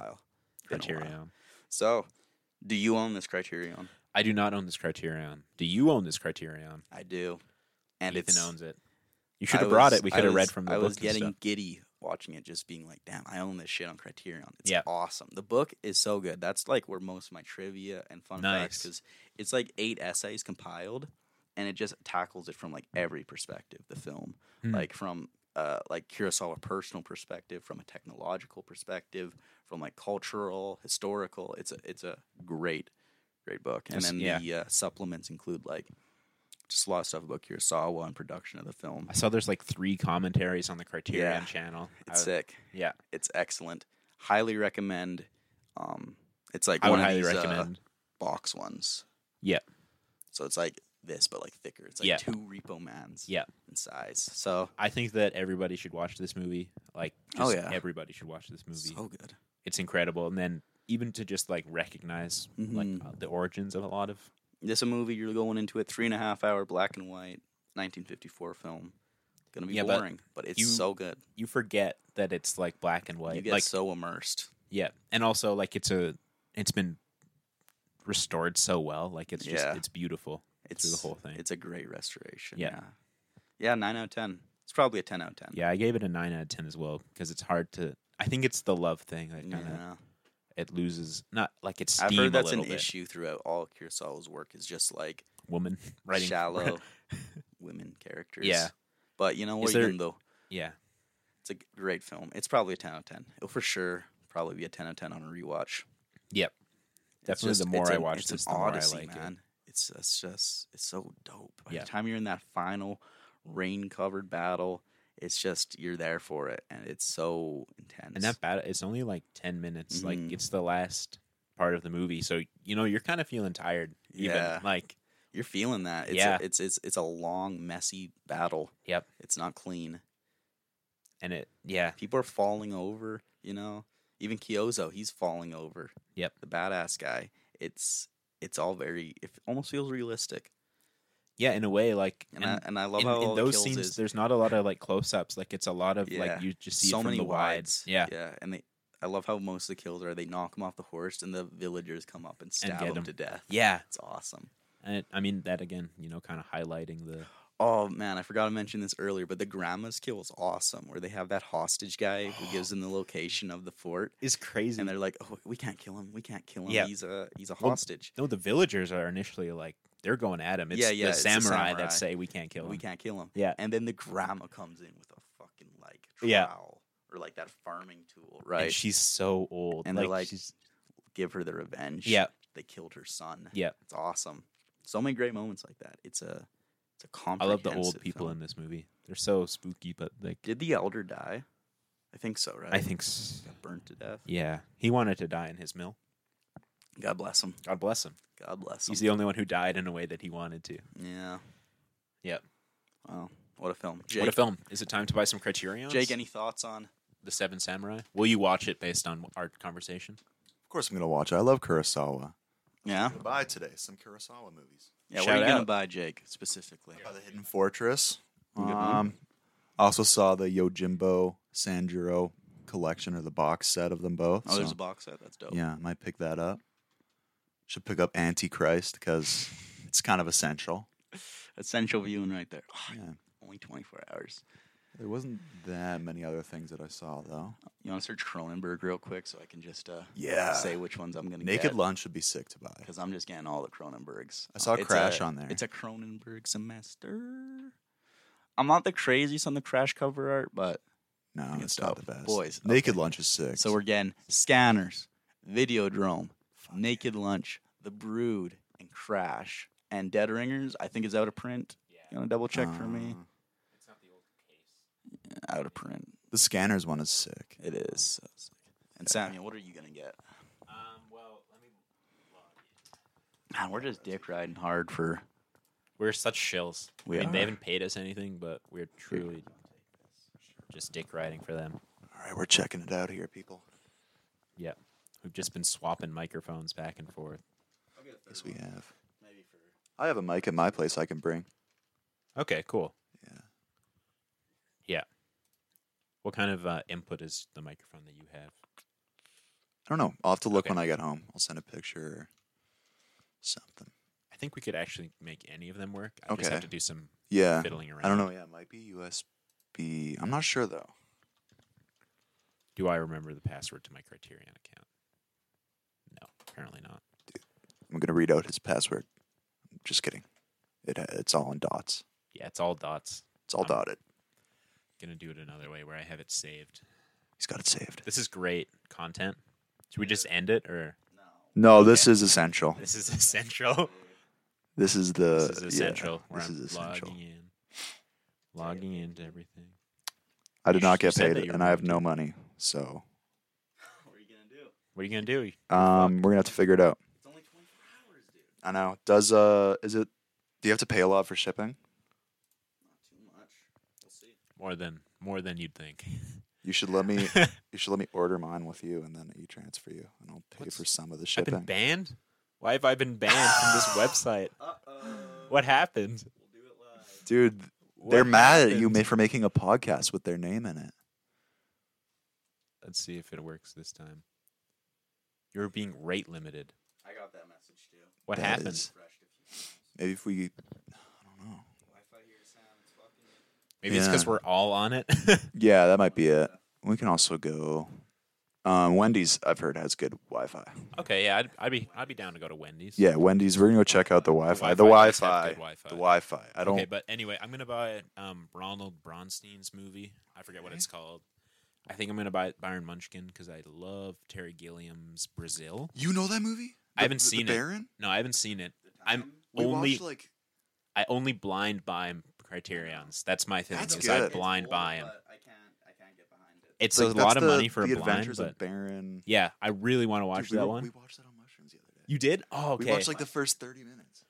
[SPEAKER 1] Been a while.
[SPEAKER 2] Criterion.
[SPEAKER 1] So, do you own this Criterion?
[SPEAKER 2] I do not own this Criterion. Do you own this Criterion?
[SPEAKER 1] I do, and
[SPEAKER 2] Ethan
[SPEAKER 1] it's
[SPEAKER 2] owns it. You
[SPEAKER 1] I
[SPEAKER 2] should have brought
[SPEAKER 1] was-
[SPEAKER 2] it. We
[SPEAKER 1] I
[SPEAKER 2] could have
[SPEAKER 1] was-
[SPEAKER 2] read from the
[SPEAKER 1] I
[SPEAKER 2] book.
[SPEAKER 1] was
[SPEAKER 2] and
[SPEAKER 1] getting
[SPEAKER 2] stuff.
[SPEAKER 1] giddy watching it, just being like, "Damn, I own this shit on Criterion." It's
[SPEAKER 2] Yeah.
[SPEAKER 1] awesome. The book is so good. That's like where most of my trivia and fun facts
[SPEAKER 2] Nice.
[SPEAKER 1] because it's like eight essays compiled, and it just tackles it from like every perspective. The film,
[SPEAKER 2] Hmm.
[SPEAKER 1] like from uh, like Kurosawa personal perspective, from a technological perspective, from like cultural, historical. It's a it's a great great book. And
[SPEAKER 2] Yes,
[SPEAKER 1] then
[SPEAKER 2] yeah.
[SPEAKER 1] the uh, supplements include like just a lot of stuff about Kurosawa and production of the film.
[SPEAKER 2] I saw there's like three commentaries on the Criterion
[SPEAKER 1] Yeah.
[SPEAKER 2] channel. I
[SPEAKER 1] It's uh,
[SPEAKER 2] would-
[SPEAKER 1] sick.
[SPEAKER 2] yeah,
[SPEAKER 1] It's excellent. Highly recommend. Um, it's like
[SPEAKER 2] I would
[SPEAKER 1] one of
[SPEAKER 2] highly
[SPEAKER 1] these, uh,
[SPEAKER 2] recommend.
[SPEAKER 1] box ones.
[SPEAKER 2] Yeah.
[SPEAKER 1] So it's like this, but like thicker. It's like
[SPEAKER 2] Yeah.
[SPEAKER 1] two Repo Mans.
[SPEAKER 2] Yeah.
[SPEAKER 1] In size. So
[SPEAKER 2] I think that everybody should watch this movie. Like,
[SPEAKER 1] Oh,
[SPEAKER 2] just
[SPEAKER 1] yeah.
[SPEAKER 2] everybody should watch this movie.
[SPEAKER 1] so good.
[SPEAKER 2] it's incredible. And then even to just like recognize
[SPEAKER 1] Mhm.
[SPEAKER 2] like uh, the origins of a lot of
[SPEAKER 1] This a movie you're going into it three and a half hour black and white 1954 film. Gonna be
[SPEAKER 2] Yeah, but
[SPEAKER 1] boring, but, it's
[SPEAKER 2] you-
[SPEAKER 1] so good.
[SPEAKER 2] you forget that it's like black and
[SPEAKER 1] You
[SPEAKER 2] white.
[SPEAKER 1] get
[SPEAKER 2] Like
[SPEAKER 1] so immersed.
[SPEAKER 2] yeah, and also like it's a it's been restored so well. Like it's just
[SPEAKER 1] Yeah.
[SPEAKER 2] it's beautiful.
[SPEAKER 1] it's
[SPEAKER 2] through the whole thing.
[SPEAKER 1] It's a great restoration. Yeah. yeah.
[SPEAKER 2] Yeah.
[SPEAKER 1] Yeah, nine out of ten. It's probably a ten out of ten.
[SPEAKER 2] Yeah, I gave it a nine out of ten as well because it's hard to. I think it's the love thing that kind of
[SPEAKER 1] Yeah.
[SPEAKER 2] it loses not like it's
[SPEAKER 1] I've
[SPEAKER 2] steam
[SPEAKER 1] heard that's
[SPEAKER 2] a
[SPEAKER 1] an
[SPEAKER 2] little bit.
[SPEAKER 1] issue throughout all Kurosawa's work is just like
[SPEAKER 2] Woman *laughs* writing *laughs*
[SPEAKER 1] shallow women characters.
[SPEAKER 2] Yeah.
[SPEAKER 1] But you know what?
[SPEAKER 2] Is there-
[SPEAKER 1] Even though
[SPEAKER 2] yeah,
[SPEAKER 1] it's a great film, it's probably a 10 out of 10. It'll for sure probably be a 10 out of 10 on a rewatch.
[SPEAKER 2] Yep.
[SPEAKER 1] It's
[SPEAKER 2] Definitely the
[SPEAKER 1] it's
[SPEAKER 2] more I
[SPEAKER 1] an-
[SPEAKER 2] watch
[SPEAKER 1] it's
[SPEAKER 2] this,
[SPEAKER 1] an
[SPEAKER 2] the more I
[SPEAKER 1] odyssey,
[SPEAKER 2] like it.
[SPEAKER 1] man. It's, it's just, it's so dope. By
[SPEAKER 2] Yeah.
[SPEAKER 1] the time you're in that final rain covered battle, it's just, you're there for it. And it's so intense.
[SPEAKER 2] and that battle it's only like ten minutes.
[SPEAKER 1] Mhm.
[SPEAKER 2] Like it's the last part of the movie, so you know you're kind of feeling tired. Even
[SPEAKER 1] Yeah.
[SPEAKER 2] like
[SPEAKER 1] you're feeling that. It's
[SPEAKER 2] Yeah.
[SPEAKER 1] A, it's, it's, it's a long, messy battle.
[SPEAKER 2] Yep.
[SPEAKER 1] It's not clean.
[SPEAKER 2] and it yeah
[SPEAKER 1] people are falling over you know even Kyozo, he's falling over
[SPEAKER 2] Yep.
[SPEAKER 1] the badass guy it's it's all very it almost feels realistic
[SPEAKER 2] yeah in a way like
[SPEAKER 1] and,
[SPEAKER 2] and
[SPEAKER 1] I, and I love
[SPEAKER 2] in,
[SPEAKER 1] how
[SPEAKER 2] in
[SPEAKER 1] all the
[SPEAKER 2] those
[SPEAKER 1] kills
[SPEAKER 2] scenes
[SPEAKER 1] is
[SPEAKER 2] there's not a lot of like close-ups like it's a lot of
[SPEAKER 1] Yeah.
[SPEAKER 2] like you just see it
[SPEAKER 1] so
[SPEAKER 2] from
[SPEAKER 1] many
[SPEAKER 2] the
[SPEAKER 1] wides
[SPEAKER 2] wides yeah
[SPEAKER 1] yeah and they I love how most of the kills are they knock him off the horse and the villagers come up and stab
[SPEAKER 2] get
[SPEAKER 1] him,
[SPEAKER 2] him.
[SPEAKER 1] to death
[SPEAKER 2] yeah
[SPEAKER 1] it's awesome
[SPEAKER 2] and it, I mean that again you know kind of highlighting the
[SPEAKER 1] oh man I forgot to mention this earlier but the grandma's kill is awesome where they have that hostage guy
[SPEAKER 2] *gasps*
[SPEAKER 1] who gives them the location of the fort
[SPEAKER 2] is crazy
[SPEAKER 1] and they're like oh we can't kill him we can't kill him
[SPEAKER 2] Yeah.
[SPEAKER 1] he's a he's a
[SPEAKER 2] Well,
[SPEAKER 1] hostage
[SPEAKER 2] No, the villagers are initially like they're going at him. It's
[SPEAKER 1] Yeah, yeah,
[SPEAKER 2] the
[SPEAKER 1] it's the
[SPEAKER 2] samurai,
[SPEAKER 1] samurai.
[SPEAKER 2] that say we can't kill him.
[SPEAKER 1] we can't kill him.
[SPEAKER 2] Yeah.
[SPEAKER 1] And then the grandma comes in with a fucking like trowel
[SPEAKER 2] Yeah.
[SPEAKER 1] or like that farming tool,
[SPEAKER 2] Right.
[SPEAKER 1] right?
[SPEAKER 2] And she's so old.
[SPEAKER 1] And they're like,
[SPEAKER 2] she's,
[SPEAKER 1] Give her the revenge.
[SPEAKER 2] yeah,
[SPEAKER 1] They killed her son.
[SPEAKER 2] yeah.
[SPEAKER 1] It's awesome. So many great moments like that. It's a it's a
[SPEAKER 2] I
[SPEAKER 1] comprehensive.
[SPEAKER 2] love the old people
[SPEAKER 1] film.
[SPEAKER 2] in this movie. They're so spooky, but like
[SPEAKER 1] Did the elder die? I think so, right?
[SPEAKER 2] I think, s-
[SPEAKER 1] Got burnt to death.
[SPEAKER 2] yeah, he wanted to die in his mill.
[SPEAKER 1] God bless him.
[SPEAKER 2] God bless him.
[SPEAKER 1] God bless him.
[SPEAKER 2] He's the only one who died in a way that he wanted to.
[SPEAKER 1] yeah.
[SPEAKER 2] Yep.
[SPEAKER 1] Wow. What a film. Jake,
[SPEAKER 2] what a film! Is it time to buy some Criterion?
[SPEAKER 1] Jake, any thoughts on
[SPEAKER 2] the Seven Samurai? Will you watch it based on our conversation?
[SPEAKER 3] Of course, I'm gonna watch it. I love Kurosawa.
[SPEAKER 1] Yeah?
[SPEAKER 3] gonna buy today some Kurosawa movies.
[SPEAKER 1] Yeah, what
[SPEAKER 2] Shout
[SPEAKER 1] are you gonna
[SPEAKER 2] out.
[SPEAKER 1] buy, Jake, specifically?
[SPEAKER 3] By the Hidden Fortress.
[SPEAKER 1] Good one.
[SPEAKER 3] Um, I also saw the Yojimbo Sanjuro collection or the box set of them both.
[SPEAKER 1] Oh, there's
[SPEAKER 3] so,
[SPEAKER 1] a box set. That's dope.
[SPEAKER 3] yeah, I might pick that up. Should pick up Antichrist because it's kind of essential.
[SPEAKER 1] Essential viewing right there. Ah,
[SPEAKER 3] Yeah.
[SPEAKER 1] Only 24 hours.
[SPEAKER 3] There wasn't that many other things that I saw though.
[SPEAKER 1] You want to search Cronenberg real quick so I can just uh,
[SPEAKER 3] Yeah.
[SPEAKER 1] say which ones I'm gonna
[SPEAKER 3] Naked
[SPEAKER 1] get
[SPEAKER 3] Lunch would be sick to buy.
[SPEAKER 1] because I'm just getting all the Cronenbergs.
[SPEAKER 3] I saw
[SPEAKER 1] It's
[SPEAKER 3] Crash
[SPEAKER 1] a-
[SPEAKER 3] on there.
[SPEAKER 1] It's a Cronenberg semester. I'm not the craziest on the Crash cover art, but
[SPEAKER 3] No,
[SPEAKER 1] think
[SPEAKER 3] it's
[SPEAKER 1] it's
[SPEAKER 3] not
[SPEAKER 1] dope.
[SPEAKER 3] the best.
[SPEAKER 1] Boys,
[SPEAKER 3] Naked
[SPEAKER 1] okay.
[SPEAKER 3] Lunch is sick.
[SPEAKER 1] so we're getting Scanners, Videodrome, Naked Lunch, The Brood, and Crash. And Dead Ringers, I think is out of print. You want to double check for me?
[SPEAKER 3] Uh,
[SPEAKER 1] Out of print.
[SPEAKER 3] The Scanners one is sick.
[SPEAKER 1] It is. And Samuel, what are you gonna get?
[SPEAKER 2] Um, well, let me.
[SPEAKER 1] Man, we're just dick riding hard for
[SPEAKER 2] We're such shills.
[SPEAKER 1] We
[SPEAKER 2] I mean, they
[SPEAKER 1] are.
[SPEAKER 2] haven't paid us anything, but we're truly just dick riding for them.
[SPEAKER 3] All right, we're checking it out here, people.
[SPEAKER 2] Yeah. We've just been swapping microphones back and forth.
[SPEAKER 3] Yes, we have. I have a mic at my place I can bring.
[SPEAKER 2] Okay, cool.
[SPEAKER 3] Yeah.
[SPEAKER 2] Yeah. What kind of uh, input is the microphone that you have?
[SPEAKER 3] I don't know. I'll have to look
[SPEAKER 2] Okay.
[SPEAKER 3] when I get home. I'll send a picture or something.
[SPEAKER 2] I think we could actually make any of them work. I just
[SPEAKER 3] Okay.
[SPEAKER 2] have to do some
[SPEAKER 3] Yeah.
[SPEAKER 2] fiddling around.
[SPEAKER 3] I don't know. Yeah, it might be USB. I'm not sure though.
[SPEAKER 2] Do I remember the password to my Criterion account? No, apparently not.
[SPEAKER 3] I'm gonna read out his password. I'm just kidding. It it's all in dots.
[SPEAKER 2] Yeah, it's all dots.
[SPEAKER 3] It's all
[SPEAKER 2] Um,
[SPEAKER 3] dotted.
[SPEAKER 2] Gonna do it another way where I have it saved.
[SPEAKER 3] He's got it saved.
[SPEAKER 2] This is great content. Should we just end it or
[SPEAKER 3] No, this is essential.
[SPEAKER 2] this is *laughs* essential?
[SPEAKER 3] This is the
[SPEAKER 2] This is
[SPEAKER 3] Uh, yeah,
[SPEAKER 2] essential. where
[SPEAKER 3] this
[SPEAKER 2] I'm
[SPEAKER 3] is essential.
[SPEAKER 2] logging in. Logging into everything.
[SPEAKER 3] I did
[SPEAKER 2] You
[SPEAKER 3] not
[SPEAKER 2] sh- you
[SPEAKER 3] get
[SPEAKER 2] said
[SPEAKER 3] paid,
[SPEAKER 2] that you
[SPEAKER 3] and I have
[SPEAKER 2] removed
[SPEAKER 3] no money. So
[SPEAKER 1] What are you gonna do?
[SPEAKER 2] What are you gonna do?
[SPEAKER 3] um, we're gonna have to figure it out.
[SPEAKER 1] It's only 24 hours, dude.
[SPEAKER 3] I know. Does uh, is it? Do you have to pay a lot for shipping?
[SPEAKER 1] Not too much. We'll see.
[SPEAKER 2] More than more than you'd think.
[SPEAKER 3] You should let
[SPEAKER 2] *laughs*
[SPEAKER 3] me. you should let me order mine with you, and then e-transfer you, and I'll pay
[SPEAKER 2] What's-
[SPEAKER 3] for some of the
[SPEAKER 2] I've been
[SPEAKER 3] shipping.
[SPEAKER 2] banned. Why have I been banned from
[SPEAKER 3] *laughs*
[SPEAKER 2] this website?
[SPEAKER 1] Uh-oh.
[SPEAKER 2] What happened?
[SPEAKER 1] We'll do it live.
[SPEAKER 3] Dude,
[SPEAKER 2] What
[SPEAKER 3] they're mad at you
[SPEAKER 2] happened?
[SPEAKER 3] ma- for making a podcast with their name in it.
[SPEAKER 2] Let's see if it works this time. You're being rate limited.
[SPEAKER 1] I got that message too.
[SPEAKER 2] What
[SPEAKER 3] That
[SPEAKER 2] happened?
[SPEAKER 3] is-
[SPEAKER 1] Refreshed a few times.
[SPEAKER 3] Maybe if we, I don't know.
[SPEAKER 1] Wi-Fi here, Sam. It's fucking.
[SPEAKER 2] Maybe it's because
[SPEAKER 3] Yeah.
[SPEAKER 2] we're all on it. *laughs*
[SPEAKER 3] Yeah, that might be it. We can also go. Um, Wendy's, I've heard, has good Wi Fi.
[SPEAKER 2] okay, yeah, I'd, I'd be I'd be down to go to Wendy's.
[SPEAKER 3] Yeah, Wendy's, we're going to go check out the Wi Fi. The Wi
[SPEAKER 2] Wi-Fi does have
[SPEAKER 3] Fi.
[SPEAKER 2] good
[SPEAKER 3] The
[SPEAKER 2] Wi-Fi.
[SPEAKER 3] Wi Fi. I don't.
[SPEAKER 2] Okay, but anyway, I'm gonna buy um, Ronald Bronstein's movie. I forget what it's called. I think I'm gonna buy Byron Munchkin because I love Terry Gilliam's Brazil.
[SPEAKER 3] you know that movie?
[SPEAKER 2] I haven't
[SPEAKER 3] the,
[SPEAKER 2] seen it.
[SPEAKER 3] the Baron?
[SPEAKER 2] No, I haven't seen it. I'm
[SPEAKER 3] We
[SPEAKER 2] only
[SPEAKER 3] watched like.
[SPEAKER 2] I only blind buy Criterion's. That's my thing.
[SPEAKER 3] That's
[SPEAKER 2] is I
[SPEAKER 3] good.
[SPEAKER 2] blind buy 'em.
[SPEAKER 1] I can't. I can't get behind it.
[SPEAKER 2] It's
[SPEAKER 3] like,
[SPEAKER 2] a lot
[SPEAKER 3] that's
[SPEAKER 2] of
[SPEAKER 3] the-
[SPEAKER 2] money for
[SPEAKER 3] the
[SPEAKER 2] a blind,
[SPEAKER 3] Adventures
[SPEAKER 2] but
[SPEAKER 3] of Baron.
[SPEAKER 2] yeah, I really want to watch
[SPEAKER 3] Dude, we
[SPEAKER 2] that
[SPEAKER 3] wa-
[SPEAKER 2] one.
[SPEAKER 3] We watched that on mushrooms the other day.
[SPEAKER 2] you did? Oh, okay.
[SPEAKER 3] We watched like the first thirty minutes.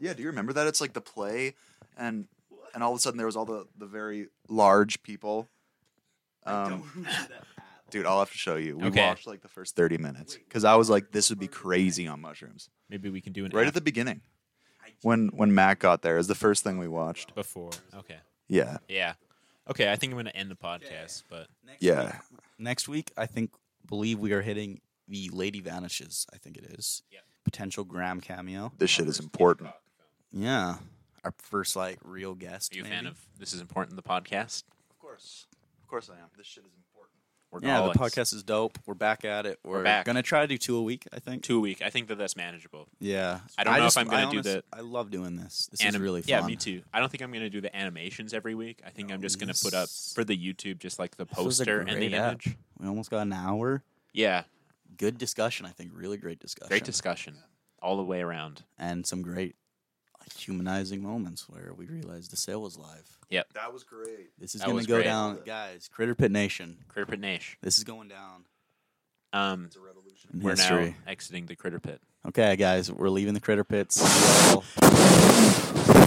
[SPEAKER 3] Yeah, do you remember that? It's like the play, and and all of a sudden there was all the the very large people. Um, dude, I'll have to show you. We
[SPEAKER 2] Okay.
[SPEAKER 3] watched like the first thirty minutes because I was like, this would be crazy on mushrooms.
[SPEAKER 2] Maybe we can do an
[SPEAKER 3] Right at the beginning, when when Matt got there, is the first thing we watched. *laughs*
[SPEAKER 2] before. Okay.
[SPEAKER 3] Yeah,
[SPEAKER 2] Yeah. Okay, I think I'm gonna end the podcast, but
[SPEAKER 1] Next
[SPEAKER 3] yeah.
[SPEAKER 1] Next week, I think believe we are hitting the Lady Vanishes. I think it is.
[SPEAKER 2] Yep.
[SPEAKER 1] Potential Graham cameo.
[SPEAKER 3] This shit is important.
[SPEAKER 1] Yeah. Our first like real guest.
[SPEAKER 2] Are you a
[SPEAKER 1] maybe.
[SPEAKER 2] fan of This Is Important, the podcast?
[SPEAKER 3] Of course, of course I am. This shit is important.
[SPEAKER 2] We're
[SPEAKER 1] Yeah, the
[SPEAKER 2] always-
[SPEAKER 1] podcast is dope. We're back at it. We're,
[SPEAKER 2] back.
[SPEAKER 1] gonna try to do two a week. I think.
[SPEAKER 2] Two a week. I think that that's manageable.
[SPEAKER 1] Yeah.
[SPEAKER 2] I don't know if
[SPEAKER 1] just-
[SPEAKER 2] I'm gonna do
[SPEAKER 1] honest-
[SPEAKER 2] the-
[SPEAKER 1] I love doing this. This is
[SPEAKER 2] Anim-
[SPEAKER 1] really fun.
[SPEAKER 2] Yeah, me too. I don't think I'm going to do the animations every week. I think I'm just going to put up
[SPEAKER 1] Yes.
[SPEAKER 2] for the YouTube just like the
[SPEAKER 1] This was a
[SPEAKER 2] poster and the
[SPEAKER 1] great app.
[SPEAKER 2] image.
[SPEAKER 1] We almost got an hour.
[SPEAKER 2] Yeah,
[SPEAKER 1] Good discussion. I think really great discussion.
[SPEAKER 2] great discussion all the way around.
[SPEAKER 1] and some great humanizing moments where we realized the sale was live.
[SPEAKER 3] That was great.
[SPEAKER 1] This is
[SPEAKER 2] That
[SPEAKER 1] going
[SPEAKER 2] was
[SPEAKER 1] to go
[SPEAKER 2] great.
[SPEAKER 1] down, guys. Critter Pit Nation.
[SPEAKER 2] Critter Pit Nash.
[SPEAKER 1] This is going down
[SPEAKER 2] Um,
[SPEAKER 3] It's a revolution.
[SPEAKER 1] in
[SPEAKER 2] we're
[SPEAKER 1] history.
[SPEAKER 2] now exiting the Critter Pit.
[SPEAKER 1] Okay, guys, we're leaving the Critter Pits. See you all.